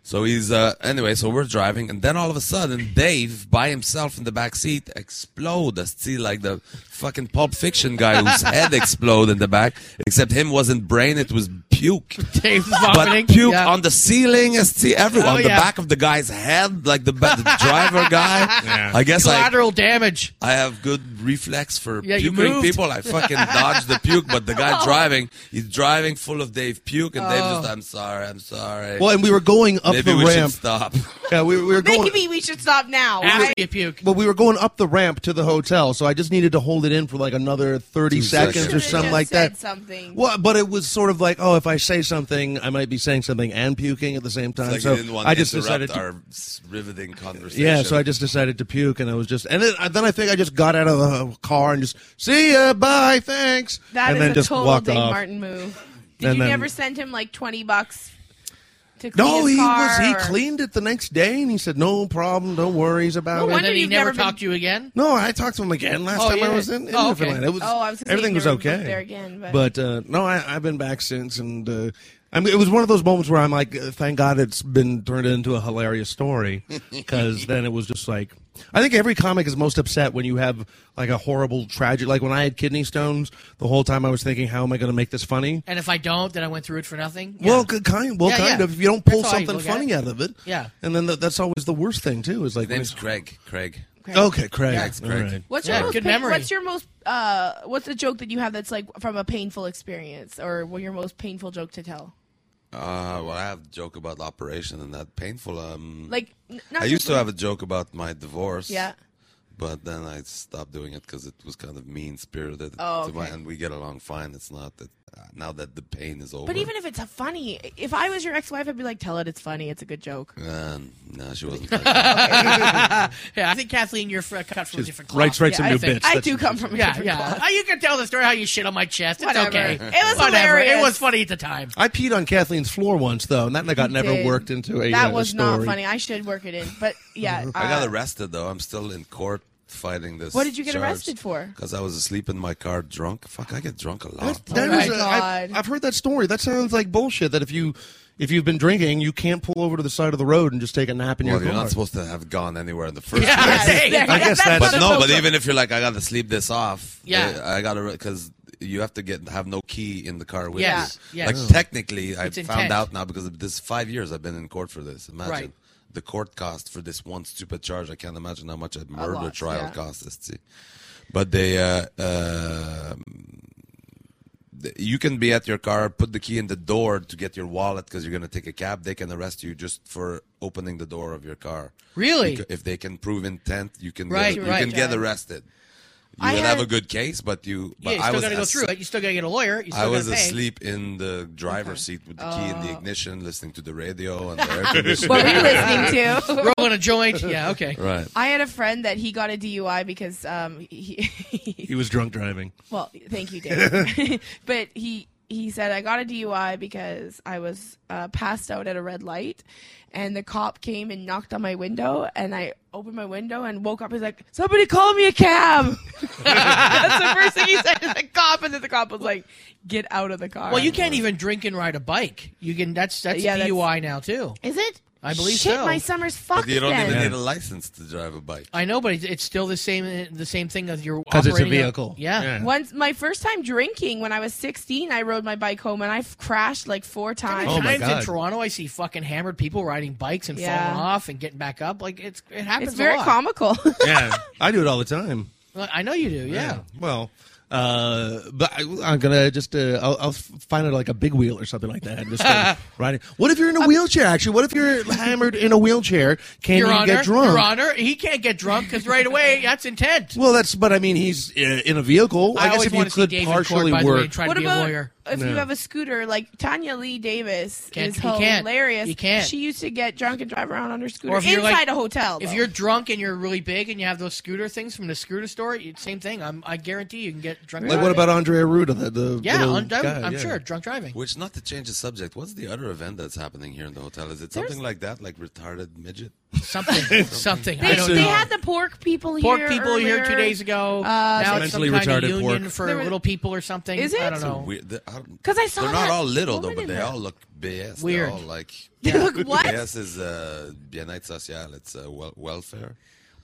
H: So he's uh, anyway. So we're driving, and then all of a sudden, Dave by himself in the back seat explode. I see like the fucking Pulp Fiction guy whose head explode in the back. Except him wasn't brain; it was puke.
D: Dave's
H: But puke on the ceiling, I see everyone.
D: Oh,
H: on the
D: yeah.
H: back of the guy's head, like the, ba- the driver guy. I guess I,
D: collateral damage.
H: I have good reflex for
D: Yeah, you
H: puking
D: moved.
H: people. I fucking dodged the puke, but the guy
D: Oh.
H: driving, he's driving full of Dave puke, and Dave
I: Oh.
H: just, I'm sorry, I'm sorry.
C: Well, and we were going up
H: Maybe
C: the
H: we
C: ramp.
H: Should stop.
C: Yeah, we, we were going.
I: Maybe we should stop now.
D: After
I: right?
D: you puke.
C: But we were going up the ramp to the hotel, so I just needed to hold it in for like another thirty
H: Two
C: seconds,
H: seconds.
C: or
H: Should've
C: something
I: just
C: like
I: said
C: that.
I: something.
C: Well, but it was sort of like, oh, if I say something, I might be saying something and puking at the same time.
H: It's like
C: so
H: he didn't want
C: I
H: to
C: just
H: interrupt
C: decided to
H: our s- riveting conversation.
C: Yeah, so I just decided to puke, and I was just, and then, then I think I just got out of the car and just, see ya, bye, thanks,
I: That
C: and
I: is
C: then
I: a
C: just
I: total
C: walked
I: Dave
C: off.
I: Martin move. Did
C: And
I: you
C: then-
I: never send him like twenty bucks to clean
C: No,
I: his
C: he
I: car?
C: was, he
I: or-
C: cleaned it the next day, and he said, no problem, no worries about
I: No
C: it.
I: wonder
D: And then he
I: you've
D: never,
I: never been-
D: talked to you again.
C: No, I talked to him again last
D: Oh,
C: time
D: you
C: I was
D: did?
C: in, in
D: Oh, okay.
C: Newfoundland. It was
I: Oh, I was gonna say
C: everything
I: you
C: was
I: never went
C: okay
I: there again, but-
C: uh, no, I, I've been back since, and uh, I mean, it was one of those moments where I'm like, uh, thank God it's been turned into a hilarious story, because then it was just like, I think every comic is most upset when you have like a horrible tragedy. Like when I had kidney stones, the whole time I was thinking, how am I going to make this funny?
D: And if I don't, then I went through it for nothing.
C: Well, good kind. Well,
D: Yeah,
C: kind
D: yeah.
C: of. If you don't pull
D: That's how you
C: something
D: look at
C: funny
D: it.
C: out of it,
D: Yeah.
C: And then th- that's always the worst thing too. Is like
H: His name's Craig. Craig.
C: okay, Craig.
H: Thanks,
C: All
H: Craig.
C: right.
I: What's your
D: Yeah,
I: most
D: good
I: pain-
D: memory.
I: What's your most uh? What's the joke that you have that's like from a painful experience, or what your most painful joke to tell?
H: Uh, well, I have a joke about the operation and that painful. Um,
I: Like, n- not
H: I
I: just
H: used to
I: like-
H: have a joke about my divorce.
I: Yeah.
H: But then I stopped doing it because it was kind of mean spirited.
I: Oh, okay.
H: and we get along fine. It's not that uh, now that the pain is over.
I: But even if it's a funny, if I was your ex-wife, I'd be like, tell it, it's funny, it's a good joke.
H: Um, no, she wasn't.
D: yeah, I think Kathleen, you're fr- cut from a different cloth.
C: writes- writes
D: yeah,
C: a new
D: I think.
C: bitch.
I: I
C: That's
I: do come from a
D: Yeah,
I: different
D: yeah.
I: cloth.
D: Oh, you can tell the story how you shit on my chest. It's
I: Whatever.
D: okay.
I: It was
D: Whatever. It
I: hilarious.
D: was funny at the time.
C: I peed on Kathleen's floor once, though, and that got never
I: Did.
C: worked into a uh,
I: That was
C: story.
I: not funny. I should work it in, but yeah.
H: I
I: uh,
H: got arrested though. I'm still in court fighting this.
I: What did you get arrested for?
H: Because I was asleep in my car, drunk. Fuck, I get drunk a lot.
C: That
I: Oh
C: was
I: my
C: a- I've,
I: God.
C: I've heard that story. That sounds like bullshit. That if you if you've been drinking, you can't pull over to the side of the road and just take a nap in
H: Well,
C: your
H: you're
C: car.
H: not supposed to have gone anywhere in the first
D: Yeah,
H: place.
D: hey,
C: I guess that's-
H: But no, but
D: Yeah.
H: even if you're like, I gotta sleep this off.
D: Yeah.
H: uh, I gotta because you have to get have no key in the car with
D: Yes,
H: you.
D: yes.
H: Like technically, I
D: It's
H: found
D: intent.
H: out now because of this five years I've been in court for this. Imagine
D: Right.
H: the court cost for this one stupid charge. I can't imagine how much a murder
I: lot,
H: trial
I: yeah.
H: cost us. See, but they. Uh, uh, you can be at your car, put the key in the door to get your wallet because you're going to take a cab. They can arrest you just for opening the door of your car.
D: Really?
H: Beca- If they can prove intent, you can
D: Right,
H: get, you
D: right.
H: can get
I: Yeah.
H: arrested. you
D: I
H: would
D: had-
H: have a good case, but you.
D: Yeah,
H: But
D: you
H: I
D: still
H: was
D: got to go
H: as-
D: through it. You still got to get a lawyer. You still
H: I was
D: gotta pay.
H: asleep in the driver's seat with the key in the
D: Oh.
H: ignition, listening to the radio and the air conditioning.
I: What were you listening to?
D: Rolling a joint. Yeah, okay.
H: Right.
I: I had a friend that he got a DUI because um he, he
C: He was drunk driving.
I: well thank you Dave but he he said I got a DUI because I was uh, passed out at a red light and the cop came and knocked on my window and I opened my window and woke up he's like somebody call me a cab that's the first thing he said to the cop and then the cop was like get out of the car
D: Well, you can't even drink and ride a bike. You can. That's that's
I: Yeah, that's-
D: DUI now too.
I: is it
D: I believe
I: Shit,
D: so.
I: my summer's fucked
H: But you don't
I: then.
H: even need a license to drive a bike.
D: I know, but it's, it's still the same. The same thing as your
H: 'Cause it's a
D: operating
H: vehicle.
D: yeah.
H: Yeah.
I: Once my first time drinking when I was 16, I rode my bike home and I f- crashed like four times.
C: Oh
D: How many times in Toronto I see fucking hammered people riding bikes and
I: Yeah.
D: falling off and getting back up. Like it's it happens.
I: It's very
D: a lot.
I: comical.
C: Yeah, I do it all the time.
D: Well, I know you do. Yeah.
C: Well, uh, but I, I'm gonna just uh, I'll, I'll find it like a big wheel or something like that. and Just uh, riding. What if you're in a wheelchair? Actually, what if you're hammered in a wheelchair? Can
D: Your
C: you
D: Honor,
C: get drunk?
D: Your Honor, he can't get drunk because right away that's intent.
C: Well, that's but I mean he's uh, in a vehicle. I,
D: I
C: guess
D: always
C: if you
D: wanna see
C: could
D: Dave in court,
C: partially
D: by the way,
C: work.
D: and try to What be a
I: about
D: lawyer.
I: if you
C: Yeah.
I: have a scooter like Tanya Lee Davis
D: Can't-
I: is
D: you can't.
I: hilarious.
D: You can't.
I: She used to get drunk and drive around on her scooter
D: Or if
I: inside
D: you're like-
I: a hotel.
D: If
I: though.
D: you're drunk and you're really big and you have those scooter things from the scooter store, you, same thing. I'm, I guarantee you can get drunk.
C: Like what
D: driving.
C: about Andrea Ruda? The, the
D: Yeah,
C: little
D: I'm, I'm,
C: guy,
D: I'm
C: yeah.
D: sure drunk driving.
H: Which, not to change the subject, what's the other event that's happening here in the hotel? Is it
I: There's-
H: something like that, like retarded midget?
D: Something, something.
I: They, they had the pork people
D: Pork
I: here.
D: people here
I: earlier.
D: two days ago.
I: Uh,
D: now it's
H: Mentally
D: some kind
H: retarded
D: of union
H: pork.
D: for
I: There was-
D: little people or something.
I: Is it?
D: I don't
I: It's
H: So
D: know.
H: weird. They- I don't-
I: 'Cause I saw
H: They're not
I: that
H: all little though,
I: woman
H: but
I: in
H: they
I: there.
H: all look BS.
D: Weird.
H: They're all like
I: They look what?
H: BS is uh, bien-être social. It's uh, wel- welfare.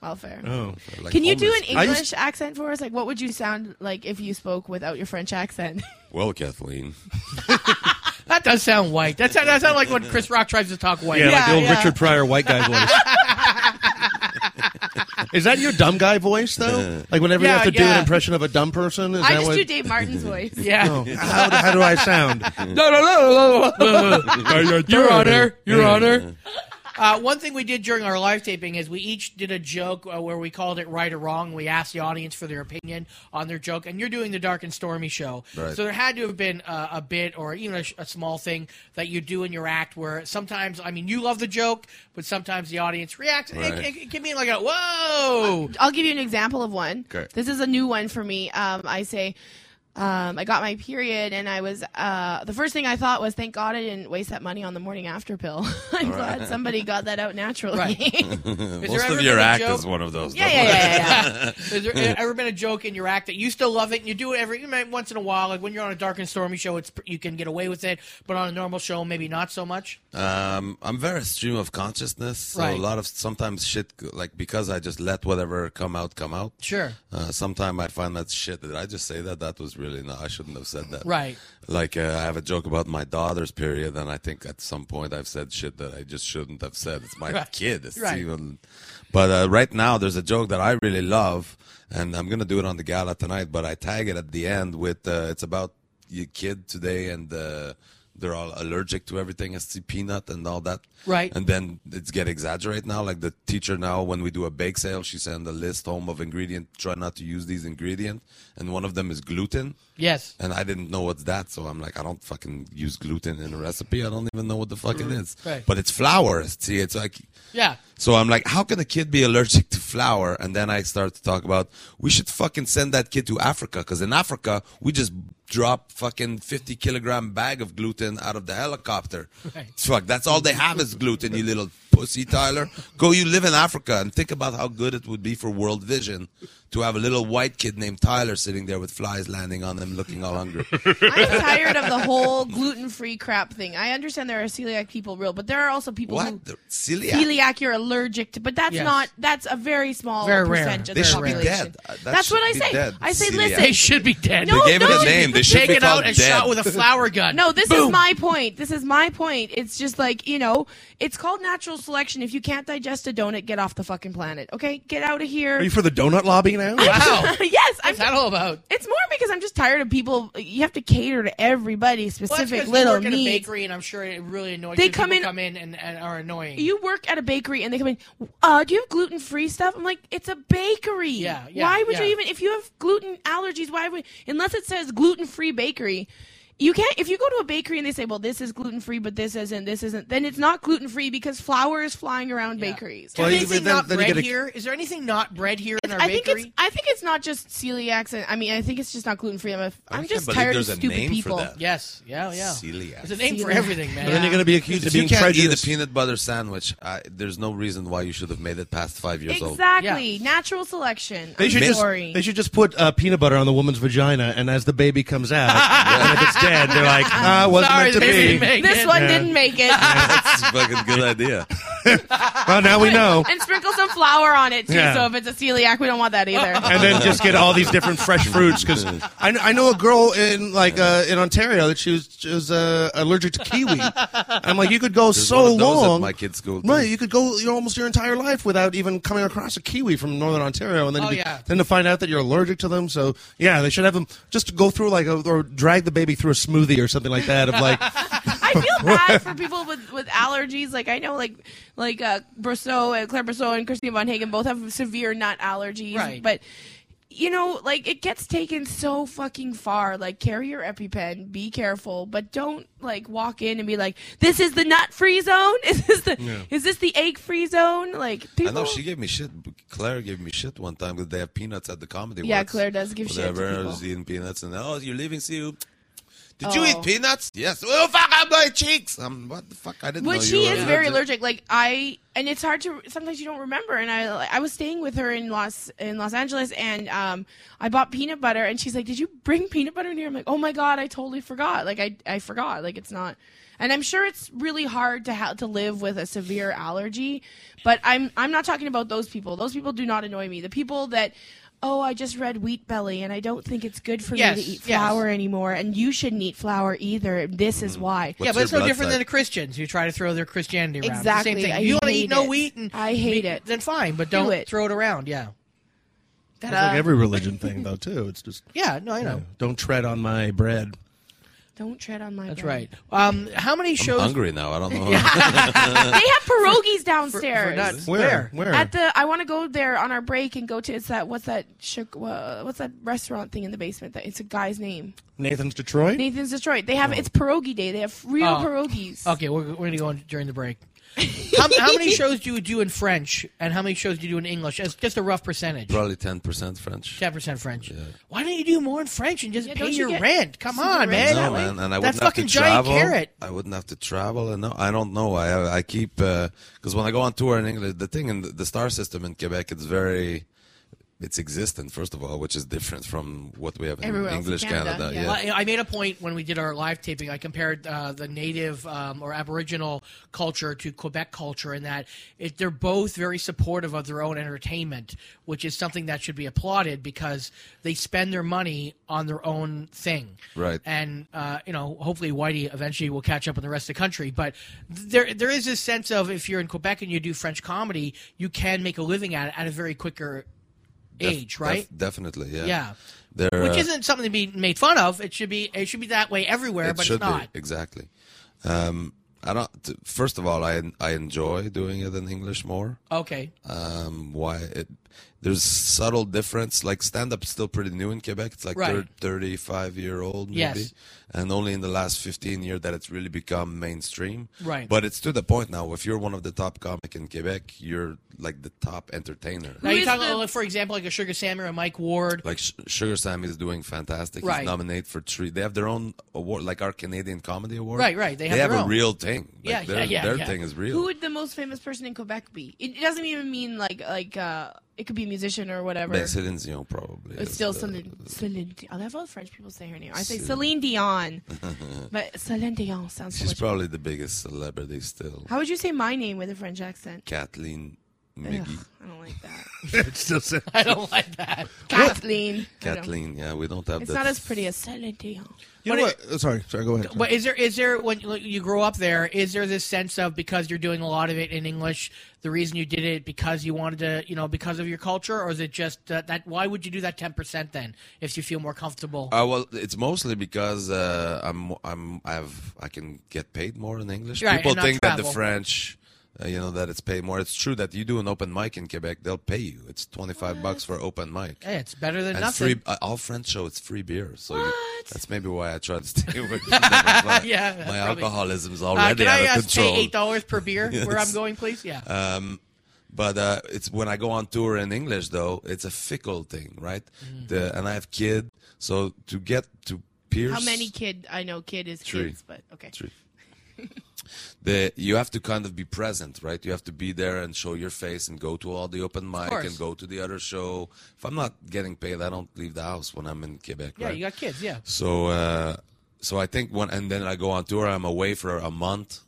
I: Welfare.
H: Oh. Like
I: Can you do an
H: homeless. I
I: English
H: used-
I: accent for us? Like, what would you sound like if you spoke without your French accent?
H: Well, Kathleen.
D: That does sound white. That's that sounds like when Chris Rock tries to talk white.
C: Yeah, like the old Richard Pryor white guy voice. is that your dumb guy voice though? Like whenever
D: Yeah,
C: you have to do
D: yeah.
C: an impression of a dumb person, is
I: I
C: that
I: just
C: what?
I: do Dave Martin's voice.
D: Yeah.
C: Oh, how, do- how do I sound?
D: No, no, no, no, no. Your Honor, Your Honor. Uh, one thing we did during our live taping is we each did a joke uh, where we called it right or wrong. We asked the audience for their opinion on their joke, and you're doing the dark and stormy show,
J: Right.
D: so there had to have been uh, a bit or even a, sh- a small thing that you do in your act where sometimes, I mean, you love the joke, but sometimes the audience reacts. It-
I: Right.
D: It, it can be like a whoa.
I: I'll give you an example of one.
D: Okay.
I: This is a new one for me. Um, I say, um, I got my period, and I was uh, the first thing I thought was, thank God I didn't waste that money on the morning after pill. I'm
H: All right.
I: glad somebody got that out naturally.
H: Uh, Most
D: ever
H: of your
D: been a
H: act
D: joke-
H: is one of those.
I: Yeah,
H: though.
I: yeah, yeah,
D: Has there e-, ever been a joke in your act that you still love it and you do it every you might once in a while? Like when you're on a dark and stormy show, it's you can get away with it, but on a normal show, maybe not so much.
H: Um, I'm very stream of consciousness, so
D: Right.
H: a lot of sometimes shit go- like because I just let whatever come out come out.
D: Sure.
H: Uh, sometimes I find that shit. Did I just say that? That was really no. I shouldn't have said that.
D: Right.
H: Like uh, I have a joke about my daughter's period, and I think at some point I've said shit that I just shouldn't have said. It's my
D: Right.
H: kid. It's
D: Right.
H: even. But uh, right now there's a joke that I really love, and I'm gonna do it on the gala tonight. But I tag it at the end with uh, it's about your kid today and. Uh, they're all allergic to everything, it's the peanut and all that.
D: Right.
H: And then it's get exaggerated now. Like the teacher now, when we do a bake sale, she send a list home of ingredient. Try not to use these ingredients, and one of them is gluten.
D: Yes.
H: And I didn't know what's that, so I'm like, I don't fucking use gluten in a recipe. I don't even know what the fuck it is.
D: Right.
H: But it's flour. See, it's like.
D: Yeah.
H: So I'm like, how can a kid be allergic to flour? And then I start to talk about we should fucking send that kid to Africa because in Africa we just drop fucking 50 kilogram bag of gluten out of the helicopter.
K: Right.
H: Fuck, that's all they have is gluten, you little pussy, Tyler. Go, you live in Africa and think about how good it would be for World Vision to have a little white kid named Tyler sitting there with flies landing on them, looking all hungry.
I: I'm tired of the whole gluten-free crap thing. I understand there are celiac people real, but there are also people who
H: what? The celiac?
I: celiac you're allergic to, but that's
H: Yes.
I: not that's a very small
H: Very rare.
I: percentage of
H: They
I: the
H: should be
I: population.
H: dead. Uh, that
I: that's what
H: should
I: I
H: be
I: say.
H: dead,
I: I say,
H: celiac.
I: listen,
H: They should
D: be dead.
I: No,
H: They gave it
I: no,
H: a name. They should be
D: taken
H: called
D: out and
H: dead.
D: shot with a flower gun.
I: No, this
D: Boom.
I: is my point. This is my point. It's just like you know, it's called natural selection. If you can't digest a donut, get off the fucking planet. Okay, get out of here.
C: Are you for the donut lobby now? Wow.
I: yes, I'm, that all about? It's more because I'm just tired of people. You have to cater to everybody, specific little
D: work at a
I: needs.
D: bakery, and I'm sure it really annoys.
I: They
D: you.
I: come
D: People
I: in-
D: come in and, and are annoying.
I: You work at a bakery and they come in, uh, do you have gluten free stuff? I'm like, it's a bakery.
D: Yeah, yeah,
I: why would
D: yeah.
I: you even, if you have gluten allergies, why would, unless it says gluten free bakery, you can't, if you go to a bakery and they say, well, this is gluten free, but this isn't, this isn't, then it's not gluten free because flour is flying around bakeries.
D: Is there anything not bread here? Is there anything not bread here in our
I: I think
D: bakery?
I: it's I think it's not just celiac and I mean I think it's just not gluten free. I'm, a, I'm
H: can't
I: just
H: believe
I: tired of
H: there's a
I: stupid
H: name for
I: people.
H: that.
D: Yes, yeah, yeah.
H: Celiac.
D: There's a name for
I: Celiac.
D: everything, man.
C: But then you're going to be accused
H: If
C: of
H: you
C: being
H: can't eat
C: prejudiced.
H: a peanut butter sandwich, I, there's no reason why you should have made it past five years old.
I: Exactly, natural selection.
C: They
I: I'm
C: should just
I: sorry.
C: they should just put uh, peanut butter on the woman's vagina, and as the baby comes out, and if it's dead, they're like, ah, it wasn't meant to be.
I: this one
C: Yeah.
I: didn't make it.
H: That's a fucking good idea.
C: Well, now we know.
I: and sprinkle some flour on it too.
C: Yeah.
I: So if it's a celiac, we don't want that either.
C: and then just get all these different fresh fruits because I, kn- I know a girl in like uh, in Ontario that she was, she was uh, allergic to kiwi. I'm like, you could go
H: There's
C: so
H: one of those at
C: long,
H: my kid's school, too.
C: right? You could go you know, almost your entire life without even coming across a kiwi from northern Ontario, and then
D: Oh,
C: you'd be,
D: yeah.
C: then to find out that you're allergic to them. So yeah, they should have them just go through like a, or drag the baby through a smoothie or something like that of like.
I: I feel bad for people with, with allergies. Like I know, like like uh, Brousseau and Claire Brousseau and Christine von Hagen both have severe nut allergies,
D: Right.
I: but. You know, like it gets taken so fucking far. Like, carry your EpiPen, be careful, but don't like walk in and be like, "This is the nut free zone. Is this the is this the egg free zone?" Like, people.
H: I know she gave me shit. Claire gave me shit one time because they have peanuts at the comedy.
I: Yeah,
H: Works.
I: Claire does give shit to
H: Whatever, I
I: people.
H: was eating peanuts and oh, you're leaving, see you. Did you
I: Oh.
H: eat peanuts? Yes. Oh fuck, I'm my cheeks. I'm what the fuck? I didn't know
I: Which
H: you
I: she
H: were
I: is very allergic. Like I, and it's hard to sometimes you don't remember. And I, like, I was staying with her in Los in Los Angeles, and um, I bought peanut butter, and she's like, "Did you bring peanut butter in here?" I'm like, "Oh my god, I totally forgot. Like I, I forgot. Like it's not." And I'm sure it's really hard to ha- to live with a severe allergy, but I'm I'm not talking about those people. Those people do not annoy me. The people that. Oh, I just read Wheat Belly, and I don't think it's good for
D: Yes,
I: me to eat
D: yes.
I: flour anymore, and you shouldn't eat flour either. This is why.
D: yeah, but
H: What's your
D: it's no
H: blood
D: different
H: type?
D: than the Christians who try to throw their Christianity around. It's the
I: Exactly.
D: same thing.
I: I
D: you don't
I: hate
D: eat no
I: it.
D: wheat. And
I: I hate it.
D: Then fine, but
I: Do
D: don't
I: it. uh,
D: throw it around. Yeah.
C: It's like every religion thing though too. It's just
D: Yeah. No, I know.
C: don't tread on my bread.
I: Don't tread on my.
D: That's right. Um, how many
H: I'm
D: shows?
H: hungry now. I don't know.
I: they have pierogies downstairs.
D: for nuts.
C: Where? Where?
I: At the, I want to go there on our break and go to it's that what's that shuk- wha- what's that restaurant thing in the basement? That it's a guy's name.
C: Nathan's Detroit.
I: Nathan's Detroit. They have it's pierogi day. They have real
D: Oh.
I: pierogies.
D: Okay, we're, we're gonna go on during the break. how, how many shows do you do in French, and how many shows do you do in English? It's just a rough percentage.
H: Probably ten percent French.
D: Ten percent French. Why don't you do more in French and just
I: Yeah,
D: pay
I: don't you
D: your
I: get
D: rent? Come
I: some
D: on, man.
I: rent
H: No, man, and I
D: that
H: wouldn't
D: fucking
H: have to
D: giant
H: travel.
D: carrot.
H: I wouldn't have to travel. And no, I don't know. I I keep because when I go on tour in England, the thing in the, the star system in Quebec, it's very it's existent first of all, which is different from what we have in
I: Everywhere else in
H: English
I: Canada,
H: Canada.
I: yeah.
H: yeah.
D: Well, I- I made a point when we did our live taping. I compared uh, the native um, or Aboriginal culture to Quebec culture in that it, they're both very supportive of their own entertainment, which is something that should be applauded because they spend their money on their own thing.
H: Right.
D: And uh, you know, hopefully, Whitey eventually will catch up in the rest of the country. But there, there is this sense of if you're in Quebec and you do French comedy, you can make a living at it at a very quicker
H: Def-
D: age, right?
H: def- definitely. Yeah.
D: Yeah.
H: They're,
D: which
H: uh,
D: isn't something to be made fun of. It should be it should be that way everywhere,
H: It
D: but
H: should
D: it's not.
H: be exactly. Um, I don't. t- First of all, I I enjoy doing it in English more.
D: Okay,
H: Um, why it, there's subtle difference. Like stand up's still pretty new in Quebec. It's like
D: Right.
H: thir 35 year old maybe,
D: Yes.
H: and only in the last 15 year that it's really become mainstream.
D: Right.
H: But it's to the point now. If you're one of the top comic in Quebec, you're like the top entertainer.
D: now you're
I: is
D: talking
I: the-
D: like, for example like a Sugar Sammy or Mike Ward.
H: Like Sh- Sugar Sammy is doing fantastic.
D: Right.
H: He's nominated for three. They have their own award, like our Canadian Comedy Award.
D: Right, right. They have their
H: a
D: own.
H: real thing. Like,
D: Yeah,
H: their,
D: yeah, yeah,
H: Their
D: yeah.
H: thing is real.
I: Who would the most famous person in Quebec be? It it doesn't even mean like like uh, it could be a musician or whatever.
H: Ben Céline Dion probably.
I: It's
H: is,
I: still
H: uh,
I: Celine. Celine. Dion. That's how French people say her name. I say Celine Dion, but Celine Dion sounds. So
H: She's
I: much
H: probably the biggest celebrity still.
I: How would you say my name with a French accent?
H: Kathleen Miggy.
I: I don't like that.
C: It still says-
I: I don't like that. Kathleen. I don't-
H: Kathleen, yeah, we don't have
I: It's
H: that.
I: not as pretty as Celine Dion.
C: You know what? Uh, Sorry, sorry. Go ahead. sorry.
D: But is there is there when you you grow up there is there this sense of because you're doing a lot of it in English the reason you did it because you wanted to you know because of your culture or is it just uh, that why would you do that ten percent then if you feel more comfortable?
H: Uh, well, it's mostly because uh, I'm I'm I've I can get paid more in English.
D: Right,
H: People
D: and not
H: think that the
D: travel.
H: French, uh, you know, that it's paid more. It's true that you do an open mic in Quebec, they'll pay you. It's twenty five bucks for open mic.
D: Hey, it's better than
H: and it's
D: nothing.
H: Free, uh, all French show, it's free beer. So you- that's maybe why I try to stay away. From that. My,
D: Yeah,
H: my
D: probably.
H: alcoholism's
D: Uh,
H: already
D: can I
H: out
D: uh,
H: of control.
D: pay eight dollars per beer where I'm
H: Yes.
D: going, please? Yeah.
H: Um, but uh, it's when I go on tour in English, though, it's a fickle thing, right?
D: Mm.
H: The, and I have kid, so to get to Pierce,
I: How many kid? I know kid is
H: Three.
I: kids, but okay.
H: Three. the, you have to kind of be present, right? You have to be there and show your face and go to all the open mic
D: course.
H: and go to the other show. If I'm not getting paid, I don't leave the house when I'm in Quebec,
D: yeah,
H: right?
D: you got kids. Yeah.
H: So, uh, so I think when and then I go on tour, I'm away for a month,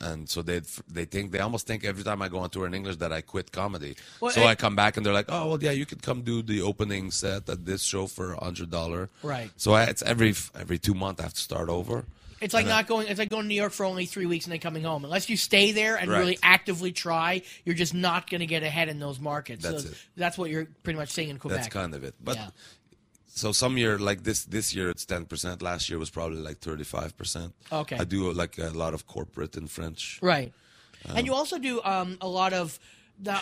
H: and so they they think they almost think every time I go on tour in English that I quit comedy.
D: Well,
H: so
D: and-
H: I come back and they're like, "Oh well, yeah, you could come do the opening set at this show for a hundred dollar."
D: Right.
H: So I, it's every f- every two months I have to start over.
D: It's like
H: And I-
D: not going. It's like going to New York for only three weeks and then coming home. Unless you stay there and
H: Right.
D: really actively try, you're just not going to get ahead in those markets.
H: That's
D: so
H: it.
D: that's what you're pretty much saying in Quebec.
H: That's kind of it. But
D: Yeah.
H: so some year like this this year it's ten percent. Last year was probably like thirty five percent.
D: Okay.
H: I do like a lot of corporate in French.
D: Right.
H: Uh-huh.
D: and you also do um, a lot of the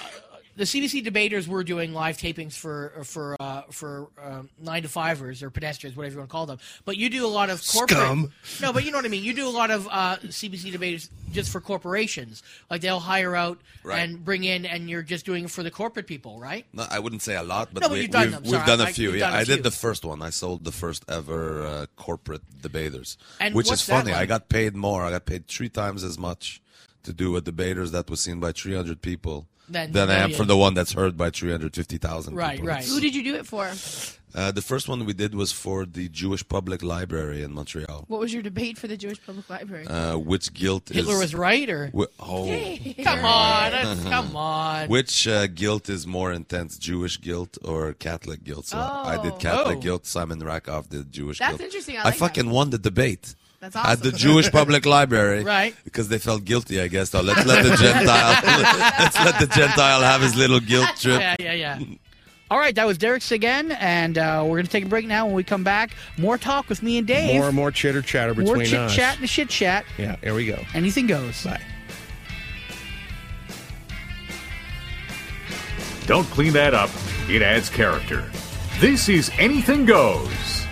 D: the CBC debaters were doing live tapings for for uh, for um, nine to fivers or pedestrians, whatever you want to call them. But you do a lot of corporate.
C: Scum.
D: No, but you know what I mean. You do a lot of uh, CBC debaters just for corporations. Like they'll hire out
H: Right.
D: and bring in, and you're just doing it for the corporate people, right?
H: No, I wouldn't say a lot, but,
D: No, but
H: we,
D: you've done
H: we've,
D: them.
H: we've
D: Sorry,
H: done a
D: I-
H: few.
D: you've
H: Yeah,
D: done a
H: I
D: few.
H: did the first one. I sold the first ever uh, corporate debaters,
D: And
H: which
D: what's
H: is
D: that
H: funny. I
D: like?
H: got paid more. I got paid three times as much to do a debaters that was seen by 300 people
I: Than
H: than, I am for
I: million.
H: the one that's heard by 350,000
I: Right,
H: people.
I: right. Who did you do it for?
H: Uh, the first one we did was for the Jewish Public Library in Montreal.
I: What was your debate for the Jewish Public Library?
H: Uh, which guilt
D: Hitler
H: is
D: was right, or
H: Wh- oh.
D: come on, uh-huh. that's- come on.
H: Which uh, guilt is more intense, Jewish guilt or Catholic guilt? So I
I: Oh.
H: did Catholic
I: Oh.
H: guilt. Simon Rakoff did Jewish
I: That's
H: guilt.
I: interesting. I like that.
H: fucking won the debate.
I: That's
H: At the
I: awesome.
H: Jewish Public Library,
I: Right.
H: Because they felt guilty, I guess. So let's let the Gentile, let's let the Gentile have his little guilt trip.
D: Yeah, yeah, yeah. All right, that was Derek's again, and uh, we're gonna take a break now. When we come back, more talk with me and Dave.
C: More and more chitter chatter between
D: more chit
C: us.
D: chat and shit chat.
C: Yeah, here we go.
D: Anything goes.
C: Bye.
A: Don't clean that up, it adds character. This is Anything Goes.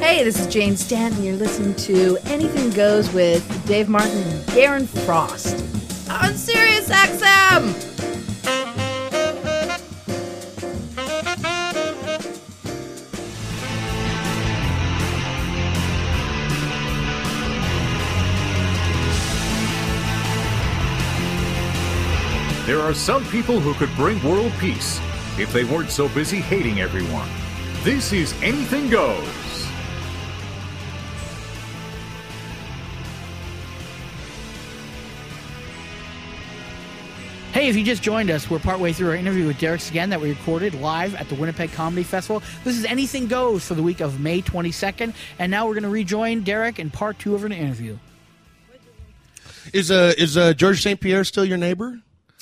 J: Hey, this is Jane Stanton. You're listening to Anything Goes with Dave Martin and Darren Frost on Sirius XM.
A: There are some people who could bring world peace if they weren't so busy hating everyone. This is Anything Goes.
D: Hey, if you just joined us, we're partway through our interview with Derek Sagan that we recorded live at the Winnipeg Comedy Festival. This is Anything Goes for the week of May 22nd, and now we're going to rejoin Derek in part two of an interview.
C: Is uh is uh George St Pierre still your neighbor?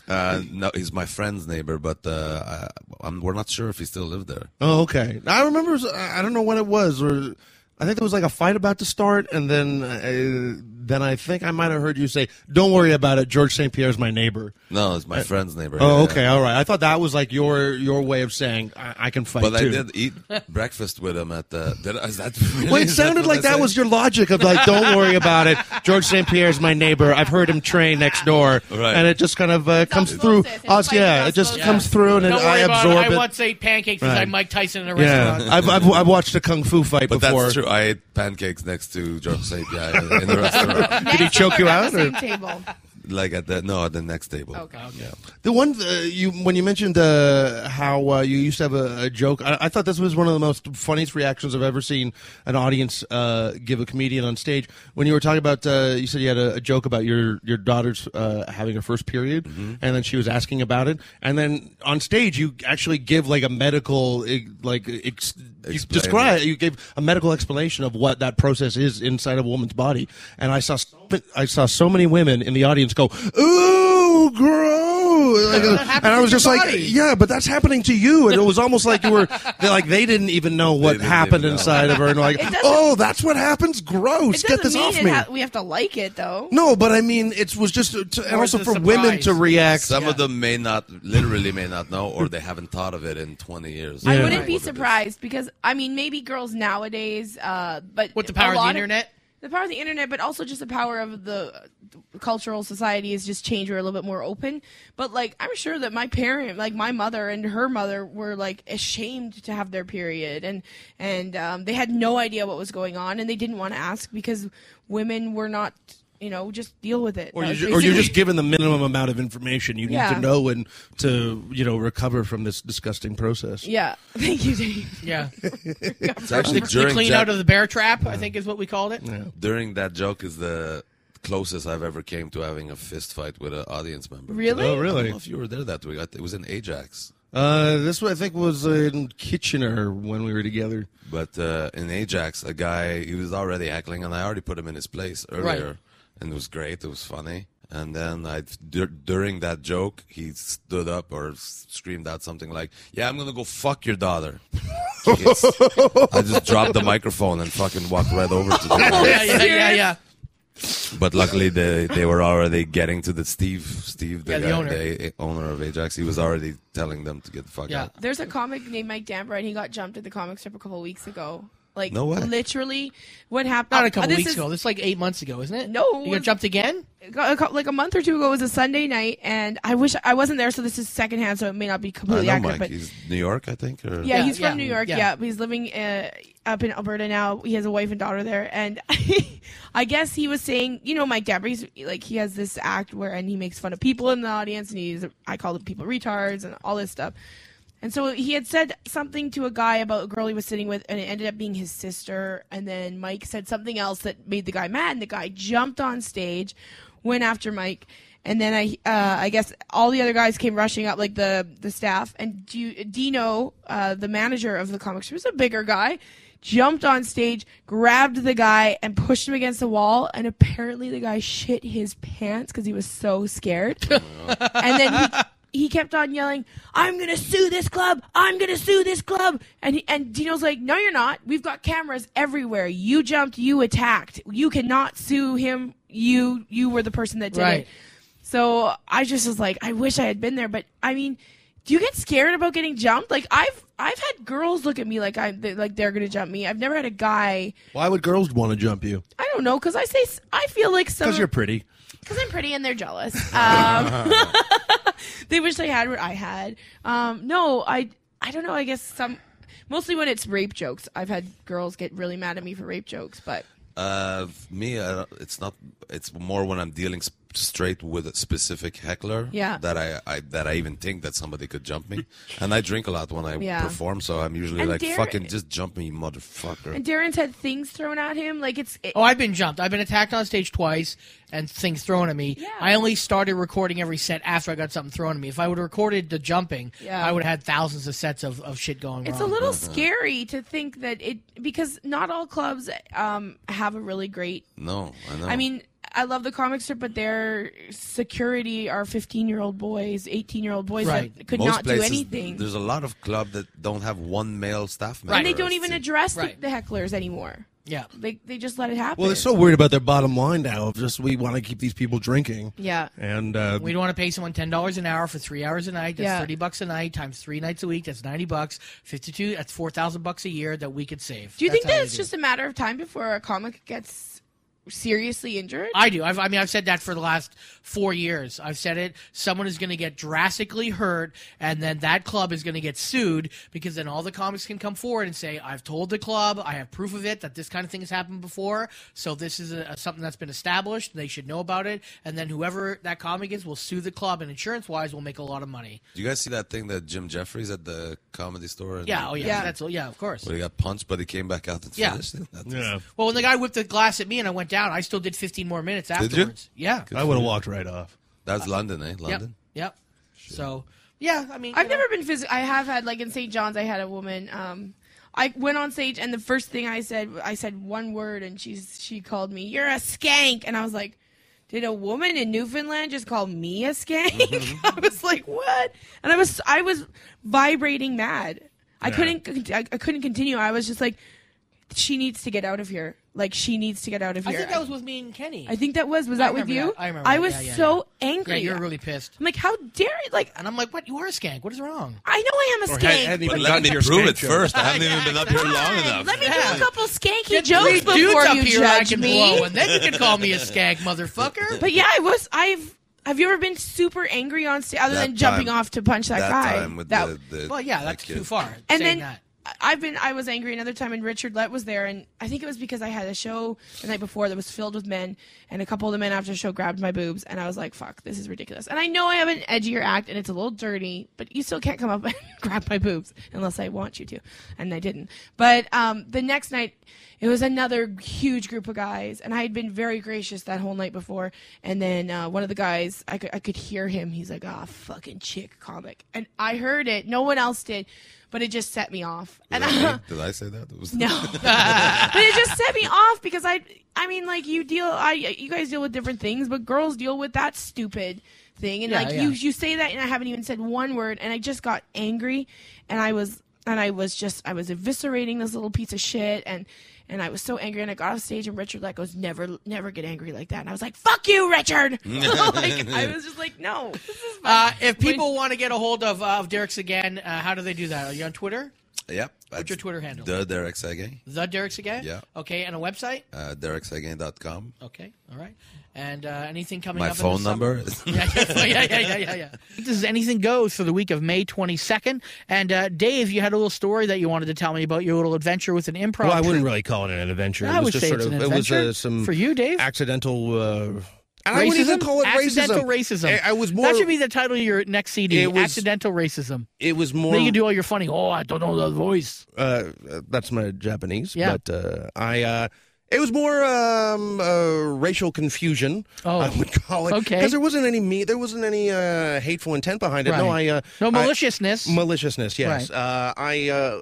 H: Uh, no, he's my friend's neighbor, but uh, I, I'm, we're not sure if he still lived there.
C: Oh, okay. I remember. it was- I I don't know when it was, or I think there was like a fight about to start, and then uh, then I think I might have heard you say, "Don't worry about it. George St Pierre's my neighbor."
H: No, it's my friend's neighbor.
C: Oh,
H: yeah.
C: okay, all right. I thought that was like your your way of saying I, I can fight
H: But I
C: too.
H: did eat breakfast with him at the. Did I, is that
C: Well, it sounded like that was your logic of like, "Don't worry about it. George St Pierre's my neighbor. I've heard him train next door,"
H: Right.
C: and it just kind of uh, comes through. Us, yeah, it just comes through, and
D: Don't
C: it- I
D: worry about
C: absorb
D: it.
C: it.
D: I once ate pancakes because
C: Right.
D: I'm Mike Tyson in a
C: yeah,
D: restaurant.
C: I've, I've I've watched a kung fu fight
H: But
C: before.
H: that's true. I ate pancakes next to George St. Pierre in the restaurant.
C: Did he choke you out? or-
I: table.
H: like at the no at the next table.
I: Okay.
H: Yeah.
C: The one uh, you when you mentioned uh, how uh, you used to have a, a joke, I, I thought this was one of the most funniest reactions I've ever seen an audience uh, give a comedian on stage. When you were talking about, uh, you said you had a, a joke about your your daughter's uh, having her first period, and then she was asking about it, and then on stage you actually give like a medical eh, like ex- you
H: Explain.
C: describe you gave a medical explanation of what that process is inside of a woman's body, and I saw so, I saw so many women in the audience go ooh gross Like, uh, and
E: happens
C: I
E: to
C: was
E: your
C: just like,
E: body.
C: yeah, but that's happening to you. And it was almost like you were they- like they didn't even know what happened inside of her, and like,
I: It doesn't-
C: oh, that's what happens. Gross,
I: It
C: get
I: doesn't
C: this
I: mean
C: off
I: it
C: me.
I: ha- we have to like it though.
C: no, but I mean, it was just to, and also for women to react.
H: Some of them may not, literally may not know, or they haven't thought of it in 20 years.
I: I wouldn't be surprised because I mean maybe girls nowadays, uh, but with the
K: power of the internet?
I: the power of the internet, but also just the power of the uh, the cultural society has just changed. We're a little bit more open, but like I'm sure that my parent, like my mother and her mother, were like ashamed to have their period, and and um, they had no idea what was going on, and they didn't want to ask because women were not, you know, just deal with it.
C: Or,
I: That
C: you,
I: was
C: ju- or you're
I: basically-
C: just given the minimum amount of information you need
I: Yeah.
C: to know and to you know recover from this disgusting process.
I: Yeah. Thank you, Dave.
D: Yeah.
H: It's actually during
D: clean
H: Jack-
D: out of the bear trap, I think is what we called it.
H: During that joke is the closest I've ever came to having a fist fight with an audience member.
D: Really?
C: Oh, really?
H: I don't know if you were there that week. I th- It was in Ajax.
C: Uh, this one I think was in Kitchener when we were together.
H: But uh, in Ajax, a guy he was already heckling, and I already put him in his place earlier, and it was great. It was funny. And then I, dur- during that joke, he stood up or s- screamed out something like, "Yeah, I'm gonna go fuck your daughter." Yes. I just dropped the microphone and fucking walked right over to the
D: yeah, yeah, yeah, yeah.
H: But luckily, they they were already getting to the Steve Steve, the,
I: Yeah, the
H: guy-
I: owner.
H: the owner of Ajax. He was already telling them to get the fuck out.
I: There's a comic named Mike Damper, and he got jumped at the comic strip a couple weeks ago. Like,
H: No way.
I: literally, what happened? Oh,
D: Not a couple
I: Um, uh, this
D: weeks
I: is-
D: ago. This is like eight months ago, isn't it?
I: No,
D: You got
I: it-
D: jumped again?
I: a cou- like a month or two ago, it was a Sunday night, and I wish I wasn't there, so this is secondhand, so it may not be
H: I
I: completely
H: know
I: accurate.
H: Mike. He's New York, I think. Or
I: But yeah, he's from New York. Yeah, but he's living uh, up in Alberta now. He has a wife and daughter there, and I guess he was saying, you know, Mike Damper, he's like he has this act where and he makes fun of people in the audience, and he's I call them people retards and all this stuff. And so he had said something to a guy about a girl he was sitting with, and it ended up being his sister. And then Mike said something else that made the guy mad, and the guy jumped on stage, went after Mike, and then I, uh, I guess all the other guys came rushing up, like the the staff, and D- Dino, uh, the manager of the comic strip, was a bigger guy, jumped on stage, grabbed the guy, and pushed him against the wall. And apparently, the guy shit his pants because he was so scared. and then he he kept on yelling, "I'm gonna sue this club! I'm gonna sue this club!" And he, and Dino's like, "No, you're not. We've got cameras everywhere. You jumped. You attacked. You cannot sue him. You you were the person that did
D: Right.
I: it." So I just was like, I wish I had been there. But I mean, do you get scared about getting jumped? Like I've I've had girls look at me like I they- like they're gonna jump me. I've never had a guy.
C: Why would girls want to jump you?
I: I don't know because I say s- I feel like some
C: Because you're pretty.
I: because I'm pretty and they're jealous. Um, they wish they had what I had. Um, no, I I don't know. I guess some mostly when it's rape jokes. I've had girls get really mad at me for rape jokes, but
H: Uh, me, I don't- it's not. It's more when I'm dealing sp- straight with a specific heckler.
I: Yeah.
H: That I, I that I even think that somebody could jump me, and I drink a lot when I
I: Yeah.
H: perform, so I'm usually
I: And
H: like,
I: there-
H: "Fucking just jump me, you motherfucker."
I: and Darren's had things thrown at him. Like it's it,
D: Oh, I've been jumped. I've been attacked on stage twice and things thrown at me. I only started recording every set after I got something thrown at me. If I would have recorded the jumping,
I: Yeah.
D: I would have had thousands of sets of, of shit going
I: It's a
D: wrong.
I: little scary to think that it because not all clubs um, have a really great.
H: no, I know.
I: I mean, I love the comic strip, but their security are fifteen-year-old boys, eighteen-year-old boys that could
H: Most
I: not
H: places,
I: do anything,
H: There's a lot of club that don't have one male staff member.
I: and they don't even address the-
D: Right.
I: the, hecklers anymore.
D: Yeah,
I: they they just let it happen.
C: Well, they're so worried about their bottom line now. Of just we want to keep these people drinking.
I: Yeah.
C: And uh,
D: We don't want to pay someone ten dollars an hour for three hours a night. That's
I: Yeah.
D: thirty bucks a night times three nights a week. That's ninety bucks. Fifty-two. That's four thousand bucks a year that we could save.
I: Do you think
D: how
I: that
D: we
I: it's
D: do it.
I: just a matter of time before a comic gets seriously injured?
D: I do. I've, I mean, I've said that for the last four years. I've said it. Someone is going to get drastically hurt, and then that club is going to get sued because then all the comics can come forward and say, "I've told the club. I have proof of it that this kind of thing has happened before. So this is a, a- something that's been established. They should know about it." And then whoever that comic is will sue the club, and insurance wise, will make a lot of money.
H: Do you guys see that thing that Jim Jeffries at the comedy store? and-
D: Yeah. Oh yeah. That's yeah. Of course.
H: Where he got punched, but he came back out and
D: Yeah.
H: finished it. That's-
D: Well, when the guy whipped the glass at me and I went down, I still did 15 more minutes
H: Did
D: afterwards.
H: you?
D: Yeah.
H: Good for
C: would've
H: you.
C: walked right off.
H: That's London, eh? London.
D: Yep. So Yeah, I mean,
I: I've never been physical. I have had like in St. John's, I had a woman. Um, I went on stage, and the first thing I said, I said one word, and she she called me, "You're a skank," and I was like, "Did a woman in Newfoundland just call me a skank?"
D: Mm-hmm.
I: I was like, "What?" And I was I was vibrating mad. I
K: Yeah.
I: couldn't con- I, I couldn't continue. I was just like, "She needs to get out of here. Like she needs to get out of
D: I
I: here."
D: think that was with me and Kenny.
I: I think that was was
D: I
I: that with
D: remember
I: you?
D: that. I remember that.
I: was
D: Yeah, yeah,
I: so
D: yeah.
I: angry.
D: Yeah, you were really pissed.
I: I'm like, how dare you? Like,
D: and I'm like, what? You are a skank. What is wrong?
I: I know I am a
H: Or
I: skank.
H: had- hadn't
I: but-
H: even gotten to your prove it first. I haven't even been up here long enough.
I: Let me
D: Yeah.
I: do a couple skanky
D: Get
I: jokes
D: three
I: before
D: dudes up
I: you
D: here I
I: judge
D: can
I: me.
D: blow, and then you can call me a skank, motherfucker.
I: But yeah, I was. I've. Have you ever been super angry on stage other
H: That
I: than jumping
H: time-
I: off to punch that,
H: that
I: guy?
H: time with the- the-
D: Well, yeah,
H: that
D: that's
H: kid.
D: too far.
I: and
D: saying
I: then
D: that.
I: I- I've been I was angry another time and Richard Lett was there and I think it was because I had a show the night before that was filled with men and a couple of the men after the show grabbed my boobs and I was like fuck this is ridiculous and I know I have an edgier act and it's a little dirty but you still can't come up and grab my boobs unless I want you to and I didn't but um, the next night it was another huge group of guys and I had been very gracious that whole night before and then uh, one of the guys I could I could hear him he's like ah fucking chick comic and I heard it no one else did but it just set me off
H: Did,
I: and
H: I, did I say that? It was-
I: no, but it just set me off because I, I mean, like you deal, I, you guys deal with different things, but girls deal with that stupid thing, and
K: Yeah,
I: like
K: yeah.
I: you, you say that, and I haven't even said one word, and I just got angry, and I was, and I was just, I was eviscerating this little piece of shit, and. And I was so angry, and I got off stage, and Richard like goes, "Never, never get angry like that." And I was like, "Fuck you, Richard!" like I was just like, "No."
D: Uh, if people want to get a hold of, of Derek's again, uh, how do they do that? Are you on Twitter?
H: Yep.
D: What's your Twitter handle?
H: The Derek Sagan.
D: The Derek's again?
H: Yeah.
D: Okay, and a website?
H: Uh, DerekSagan.com.
D: Okay, all right. And uh, anything coming
H: My
D: up? in the
H: phone
D: summer?
H: number.
D: yeah, yeah, yeah, yeah, yeah, yeah, yeah. This is Anything Goes for the week of May 22nd. And uh, Dave, you had a little story that you wanted to tell me about your little adventure with an improv.
C: Well, I wouldn't
D: troupe.
C: really call it an adventure. it
D: I
C: was
D: would
C: just
D: say
C: sort
D: it's
C: of it
D: an
C: was
D: adventure
C: uh, some
D: for you, Dave.
C: Accidental. Uh,
D: Racism?
C: and I wouldn't even call it
D: Accidental
C: racism.
D: racism.
C: I, I was more.
D: That should be the title of your next CD.
C: It was-
D: Accidental racism.
C: it was more.
D: Then you can do all your funny. Oh, I don't know the voice.
C: Uh, uh, that's my Japanese.
D: Yeah.
C: But uh, I. Uh, it was more um, uh, racial confusion.
D: Oh.
C: I would call it
D: Okay.
C: because there wasn't any me. There wasn't any uh, hateful intent behind it. No,
D: Right.
C: I uh,
D: No
C: I-
D: maliciousness.
C: maliciousness. Yes,
D: Right.
C: uh, I uh,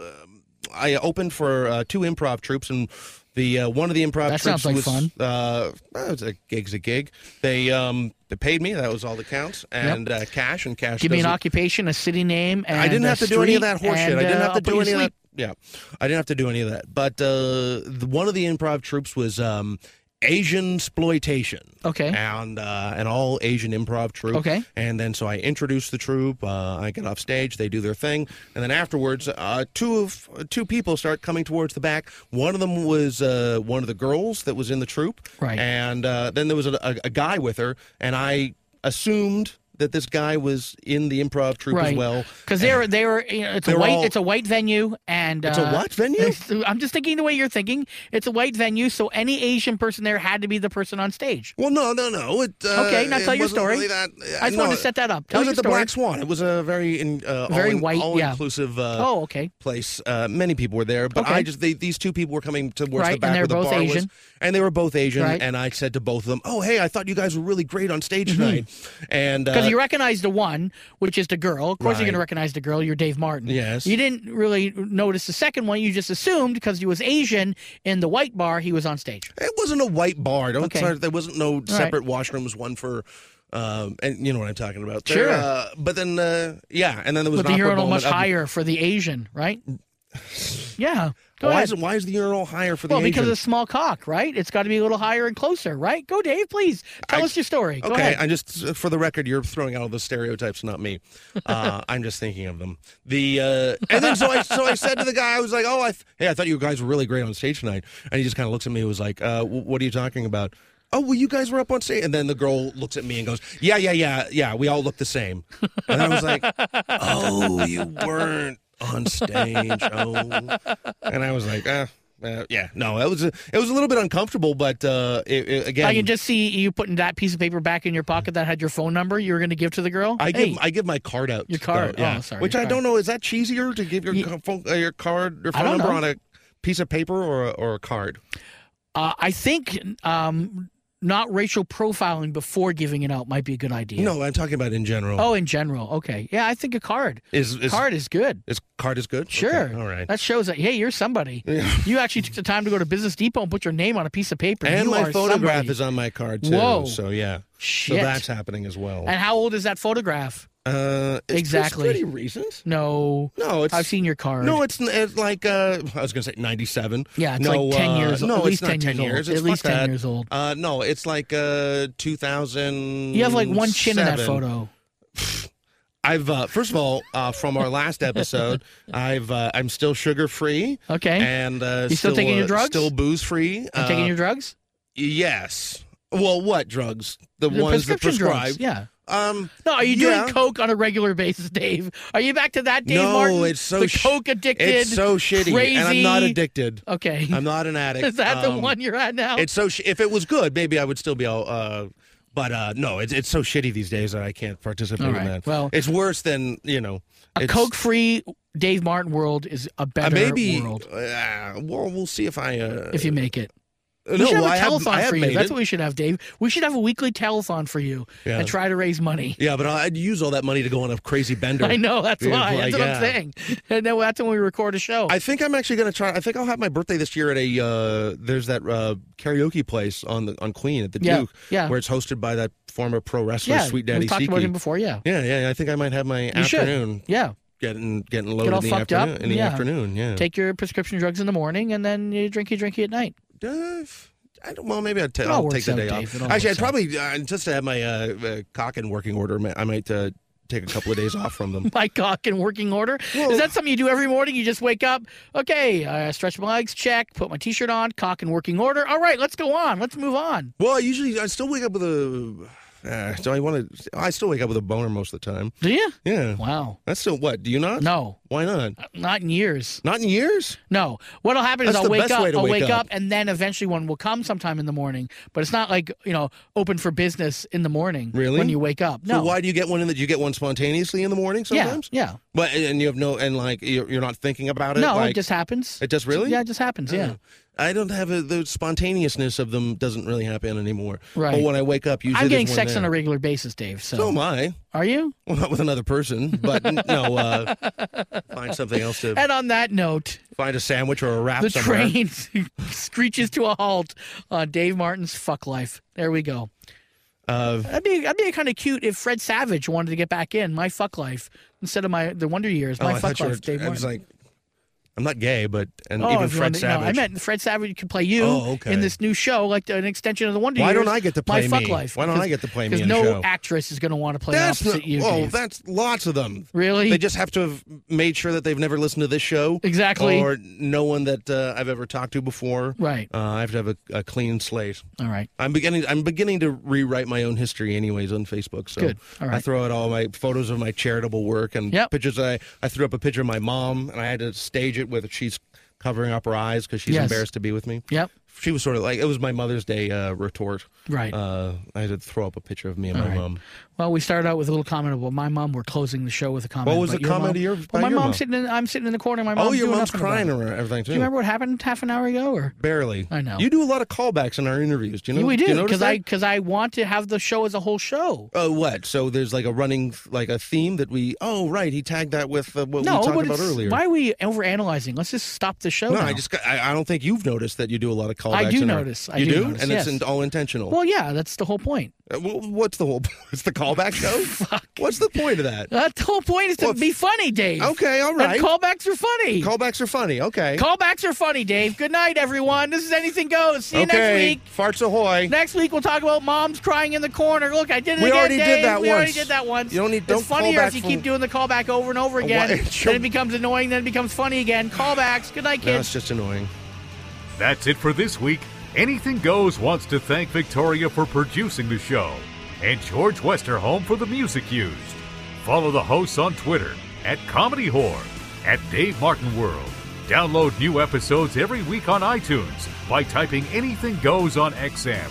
C: I opened for uh, two improv troops, and the uh, one of the improv
D: That
C: troops
D: sounds like
C: was
D: fun.
C: Uh, well, it's a gig's a gig. They um, they paid me. That was all that counts, and uh, cash and cash.
D: Give me an
C: doesn't-
D: occupation, a city name, and
C: I didn't
D: a
C: have to do any of
D: street,
C: that horseshit.
D: and,
C: I didn't have
D: uh,
C: to
D: I'll put
C: do
D: you
C: any of
D: to
C: that. Yeah, I didn't have to do any of that. But uh, the, one of the improv troops was um, Asian exploitation.
D: Okay.
C: and uh, an all Asian improv troupe.
D: Okay.
C: and then so I introduced the troupe. Uh, I get off stage, they do their thing, and then afterwards, uh, two of two people start coming towards the back. One of them was uh, one of the girls that was in the troupe,
D: Right.
C: and uh, then there was a, a, a guy with her, and I assumed. That this guy was in the improv troupe as
D: Right.
C: well,
D: Because they're they were you know, it's a
C: They're
D: white
C: all-
D: it's a white venue and uh,
C: It's a what venue?
D: it's- I'm just thinking the way you're thinking. It's a white venue, so any Asian person there had to be the person on stage.
C: Well, no, no, no. It, uh,
D: okay, now
C: it
D: tell your
C: wasn't
D: story.
C: really that- uh,
D: I just
C: no,
D: wanted to set that up.
C: It
D: Tell
C: was
D: your
C: at the
D: story.
C: Black Swan. It was a very, in, uh,
D: Very
C: all in-
D: white,
C: all
D: yeah.
C: inclusive. Uh,
D: Oh, okay.
C: Place. Uh, many people were there, but
D: Okay.
C: I just they, these two people were coming towards
D: Right,
C: the
D: and
C: back
D: they were
C: where the
D: both
C: bar was,
D: Asian.
C: and they were both Asian.
D: Right. Mm-hmm.
C: And I said to both of them, "Oh, hey, I thought you guys were really great on stage tonight." And
D: Because
C: uh,
D: you recognize the one, which is the girl. Of course,
C: Right.
D: you're going to recognize the girl. You're Dave Martin.
C: Yes.
D: You didn't really notice the second one. You just assumed because he was Asian in the white bar, he was on stage.
C: It wasn't a white bar. Don't
D: Okay.
C: start- there wasn't no
D: right.
C: separate washrooms. One for. Um, and you know what I'm talking about. There,
D: Sure.
C: Uh, but then, uh, yeah, and then there was
D: But
C: an
D: the
C: awkward
D: urinal
C: moment
D: much
C: of-
D: higher for the Asian, right? yeah. Go
C: why
D: ahead.
C: is it, why is the urinal higher for the
D: well, because
C: Asian?
D: of the small cock, right? It's got to be a little higher and closer, right? Go, Dave, please. Tell us your story. Go
C: okay,
D: ahead.
C: I just for the record, you're throwing out all the stereotypes, not me. Uh, I'm just thinking of them. The uh, and then so I so I said to the guy, I was like, oh, I th- hey, I thought you guys were really great on stage tonight, and he just kind of looks at me, and was like, uh, w- what are you talking about? Oh, well, you guys were up on stage, and then the girl looks at me and goes, yeah, yeah, yeah, yeah, we all look the same, and I was like, oh, you weren't on stage, oh, and I was like, eh. Uh, yeah, no, it was a, it was a little bit uncomfortable, but uh, it, it- again,
D: I can just see you putting that piece of paper back in your pocket that had your phone number you were going to give to the girl.
C: I
D: Hey,
C: give I give my card out.
D: Your card.
C: though, yeah.
D: Oh, sorry,
C: Which
D: your
C: I
D: card.
C: don't know. Is that cheesier to give your co- phone, uh, your card, your
D: I
C: phone
D: don't
C: number
D: know.
C: on a piece of paper or a, or a card?
D: uh, I think um, not racial profiling before giving it out might be a good idea.
C: No, I'm talking about in general.
D: Oh, in general. Okay. Yeah, I think a card.
C: Is- is-
D: card is good.
C: Is card is good?
D: Sure.
C: Okay, all right.
D: That shows that hey, you're somebody. You actually took the time to go to Business Depot and put your name on a piece of paper.
C: and
D: You
C: my
D: are
C: photograph
D: somebody.
C: is on my card too.
D: Whoa.
C: So yeah.
D: Shit.
C: So that's happening as well.
D: And how old is that photograph?
C: uh, it's- it's
D: exactly.
C: pretty recent.
D: No.
C: No, it's-
D: I've seen your card.
C: No, it's, n- it's like uh, I was gonna say ninety seven.
D: Yeah, it's
C: no,
D: like 10
C: uh,
D: years-
C: No,
D: at
C: it's
D: least
C: not
D: 10
C: ten
D: years old.
C: years.
D: At
C: It's
D: least
C: fuck
D: 10
C: that.
D: years old.
C: Uh, no, it's like uh, two thousand.
D: You have like one chin in that photo.
C: I've uh, first of all uh, from our last episode, I've uh, I'm still sugar free.
D: Okay.
C: and uh,
D: Eh? You still taking your
C: uh,
D: drugs?
C: Still booze free.
D: You taking your drugs?
C: Yes. Well, what drugs? The, ones that
D: prescription drugs,
C: prescribe.
D: Yeah.
C: Um.
D: No, are you
C: yeah.
D: doing coke on a regular basis, Dave? Are you back to that, Dave
C: no,
D: Martin?
C: it's so
D: the
C: sh-
D: coke addicted.
C: It's so shitty,
D: crazy.
C: and I'm not addicted.
D: Okay.
C: I'm not an addict.
D: Is that the
C: Um,
D: one you're at now?
C: It's so. Sh- if it was good, maybe I would still be all. Uh, but uh, no, it's it's so shitty these days that I can't participate
D: All
C: in
D: right,
C: that.
D: well-
C: it's worse than you know.
D: a
C: it's-
D: coke-free Dave Martin world is a
C: uh,
D: better
C: maybe.
D: world
C: Uh, well, we'll see if I. Uh,
D: if you make it.
C: Uh,
D: we
C: no,
D: should have
C: well,
D: a
C: I have-
D: telethon
C: I have
D: for you.
C: made
D: That's
C: it.
D: what we should have, Dave. We should have a weekly telethon for you
C: Yeah.
D: and try to raise money.
C: Yeah, but I'd use all that money to go on a crazy bender.
D: I know that's
C: Yeah,
D: why.
C: like,
D: that's what I'm
C: yeah.
D: saying. And then that's when we record a show.
C: I think I'm actually going to try. I think I'll have my birthday this year at a. Uh, there's that uh, karaoke place on the on Queen at the
D: Yeah,
C: Duke,
D: yeah.
C: where it's hosted by that former pro wrestler,
D: yeah,
C: Sweet Daddy
D: we talked about
C: Seeky.
D: him before. Yeah,
C: Yeah, yeah. I think I might have my
D: you
C: afternoon.
D: should. Yeah,
C: Getting getting
D: get
C: loaded
D: all
C: in the
D: fucked
C: afternoon.
D: up
C: In the
D: yeah.
C: afternoon, yeah.
D: Take your prescription drugs in the morning, and then you drinky drinky at night.
C: Uh, I don't, well, maybe I'd ta-
D: It all
C: I'll take
D: works
C: the
D: out,
C: day
D: Dave. It all
C: off. Actually,
D: works
C: I'd probably uh, just to have my uh, uh, cock in working order. ma- I might uh, take a couple of days off from them.
D: My cock in working order. Is that something you do every morning? You just wake up, okay, I stretch my legs, check, put my t-shirt on, cock in working order. All right, let's go on. Let's move on.
C: Well, I usually I still wake up with a. Uh, do I want to? I still wake up with a boner most of the time.
D: Do you?
C: Yeah.
D: Wow.
C: That's still what? Do you not?
D: No.
C: Why not?
D: Not in years.
C: Not in years?
D: No. What'll happen
C: That's
D: is
C: the
D: I'll wake
C: best
D: up,
C: way to
D: I'll
C: wake
D: wake up.
C: up.
D: and then eventually one will come sometime in the morning. But it's not like, you know, open for business in the morning
C: Really?
D: when you wake up.
C: So
D: No.
C: why do you get one in that you get one spontaneously in the morning
D: Yeah,
C: sometimes?
D: yeah.
C: But and you have no and like you're, you're not thinking about it.
D: no,
C: like,
D: it just happens.
C: It just really?
D: Yeah, it just happens. Yeah.
C: Oh. I don't have a, the spontaneousness of them doesn't really happen anymore.
D: Right.
C: But when I wake up, usually
D: I'm getting
C: there's one
D: sex
C: there.
D: on a regular basis, Dave. So,
C: So am I.
D: are you?
C: Well, not with another person, but n- no. Uh, find something else to
D: And on that note,
C: find a sandwich or a wrap.
D: the
C: somewhere.
D: train screeches to a halt on Dave Martin's fuck life. There we go.
C: Uh,
D: That'd be that'd be kind of cute if Fred Savage wanted to get back in my fuck life instead of my the Wonder Years.
C: oh, I
D: My fuck
C: thought you
D: life,
C: were,
D: Dave
C: I
D: Martin.
C: was like, I'm not gay, but and
D: oh,
C: even
D: if you
C: Fred
D: wanted-
C: Savage.
D: No, I meant Fred Savage could play you
C: Oh, okay.
D: in this new show, like an extension of the Wonder
C: Why
D: Years.
C: don't I get to play
D: my fuck
C: me?
D: life?
C: Why don't I get to play me
D: Because
C: in a
D: no
C: show?
D: actress is going to want to play
C: That's
D: opposite
C: not,
D: you.
C: oh,
D: Dave.
C: that's lots of them.
D: Really?
C: They just have to have made sure that they've never listened to this show.
D: Exactly.
C: Or no one that uh, I've ever talked to before.
D: Right.
C: Uh, I have to have a, a clean slate.
D: All right.
C: I'm beginning. I'm beginning to rewrite my own history, anyways, on Facebook. So
D: Good. All
C: I
D: right.
C: throw out all my photos of my charitable work and
D: Yep.
C: pictures. I I threw up a picture of my mom, and I had to stage it with she's covering up her eyes because she's
D: Yes.
C: embarrassed to be with me.
D: Yep.
C: She was sort of like it was my Mother's Day uh, retort.
D: Right.
C: Uh, I had to throw up a picture of me and
D: All
C: my
D: right.
C: mom.
D: Well, we started out with a little comment about my mom. We're closing the show with a comment.
C: What was
D: about
C: the comment
D: mom.
C: of your- by
D: Well, my
C: your
D: mom's
C: mom?
D: sitting. In, I'm sitting in the corner. My mom's
C: oh, your
D: doing
C: mom's
D: nothing about
C: crying
D: it.
C: or everything too.
D: Do you remember what happened half an hour ago? Or
C: Barely.
D: I know.
C: You do a lot of callbacks in our interviews. Do you know?
D: we
C: you
D: do
C: notice
D: because I
C: that?
D: because I want to have the show as a whole show.
C: Oh, what? So there's like a running, like a theme that we. Oh, right. He tagged that with uh, what
D: no,
C: we
D: but
C: talked about
D: it's-
C: earlier.
D: why are we overanalyzing? Let's just stop the show.
C: no,
D: now.
C: I just. got- I, I don't think you've noticed that you do a lot of callbacks.
D: I do
C: in our-
D: notice. I
C: you
D: do
C: do,
D: notice,
C: and
D: yes.
C: it's in, all intentional.
D: Well, yeah, that's the whole point.
C: Uh, wh- what's the whole? It's the callback show. What's the point of that?
D: That's the whole point is to be funny, Dave.
C: Okay, all
D: And
C: right.
D: callbacks are funny.
C: Callbacks are funny. Okay.
D: Callbacks are funny, Dave. Good night, everyone. This is Anything Goes. See you
C: Okay.
D: next week.
C: Farts ahoy.
D: Next week we'll talk about moms crying in the corner. Look, I did it
C: We
D: again,
C: already did
D: Dave.
C: that
D: we already
C: once.
D: did that once.
C: You don't need- don't
D: it's funnier
C: call
D: if
C: back
D: you
C: from-
D: keep doing the callback over and over
C: Why-
D: again.
C: Sure.
D: then it becomes annoying. Then it becomes funny again. Callbacks. Good night,
A: No,
D: kids.
A: it's
C: just annoying.
A: That's it for this week. Anything Goes wants to thank Victoria for producing the show and George Westerholm for the music used. Follow the hosts on Twitter at Comedy Whore, at Dave Martin World. Download new episodes every week on iTunes by typing Anything Goes on XM.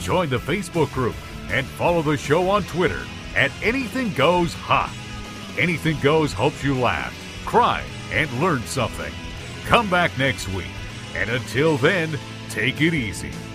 A: Join the Facebook group and follow the show on Twitter at Anything Goes Hot. Anything Goes hopes you laughed, cried, and learned something. Come back next week. And until then, take it easy.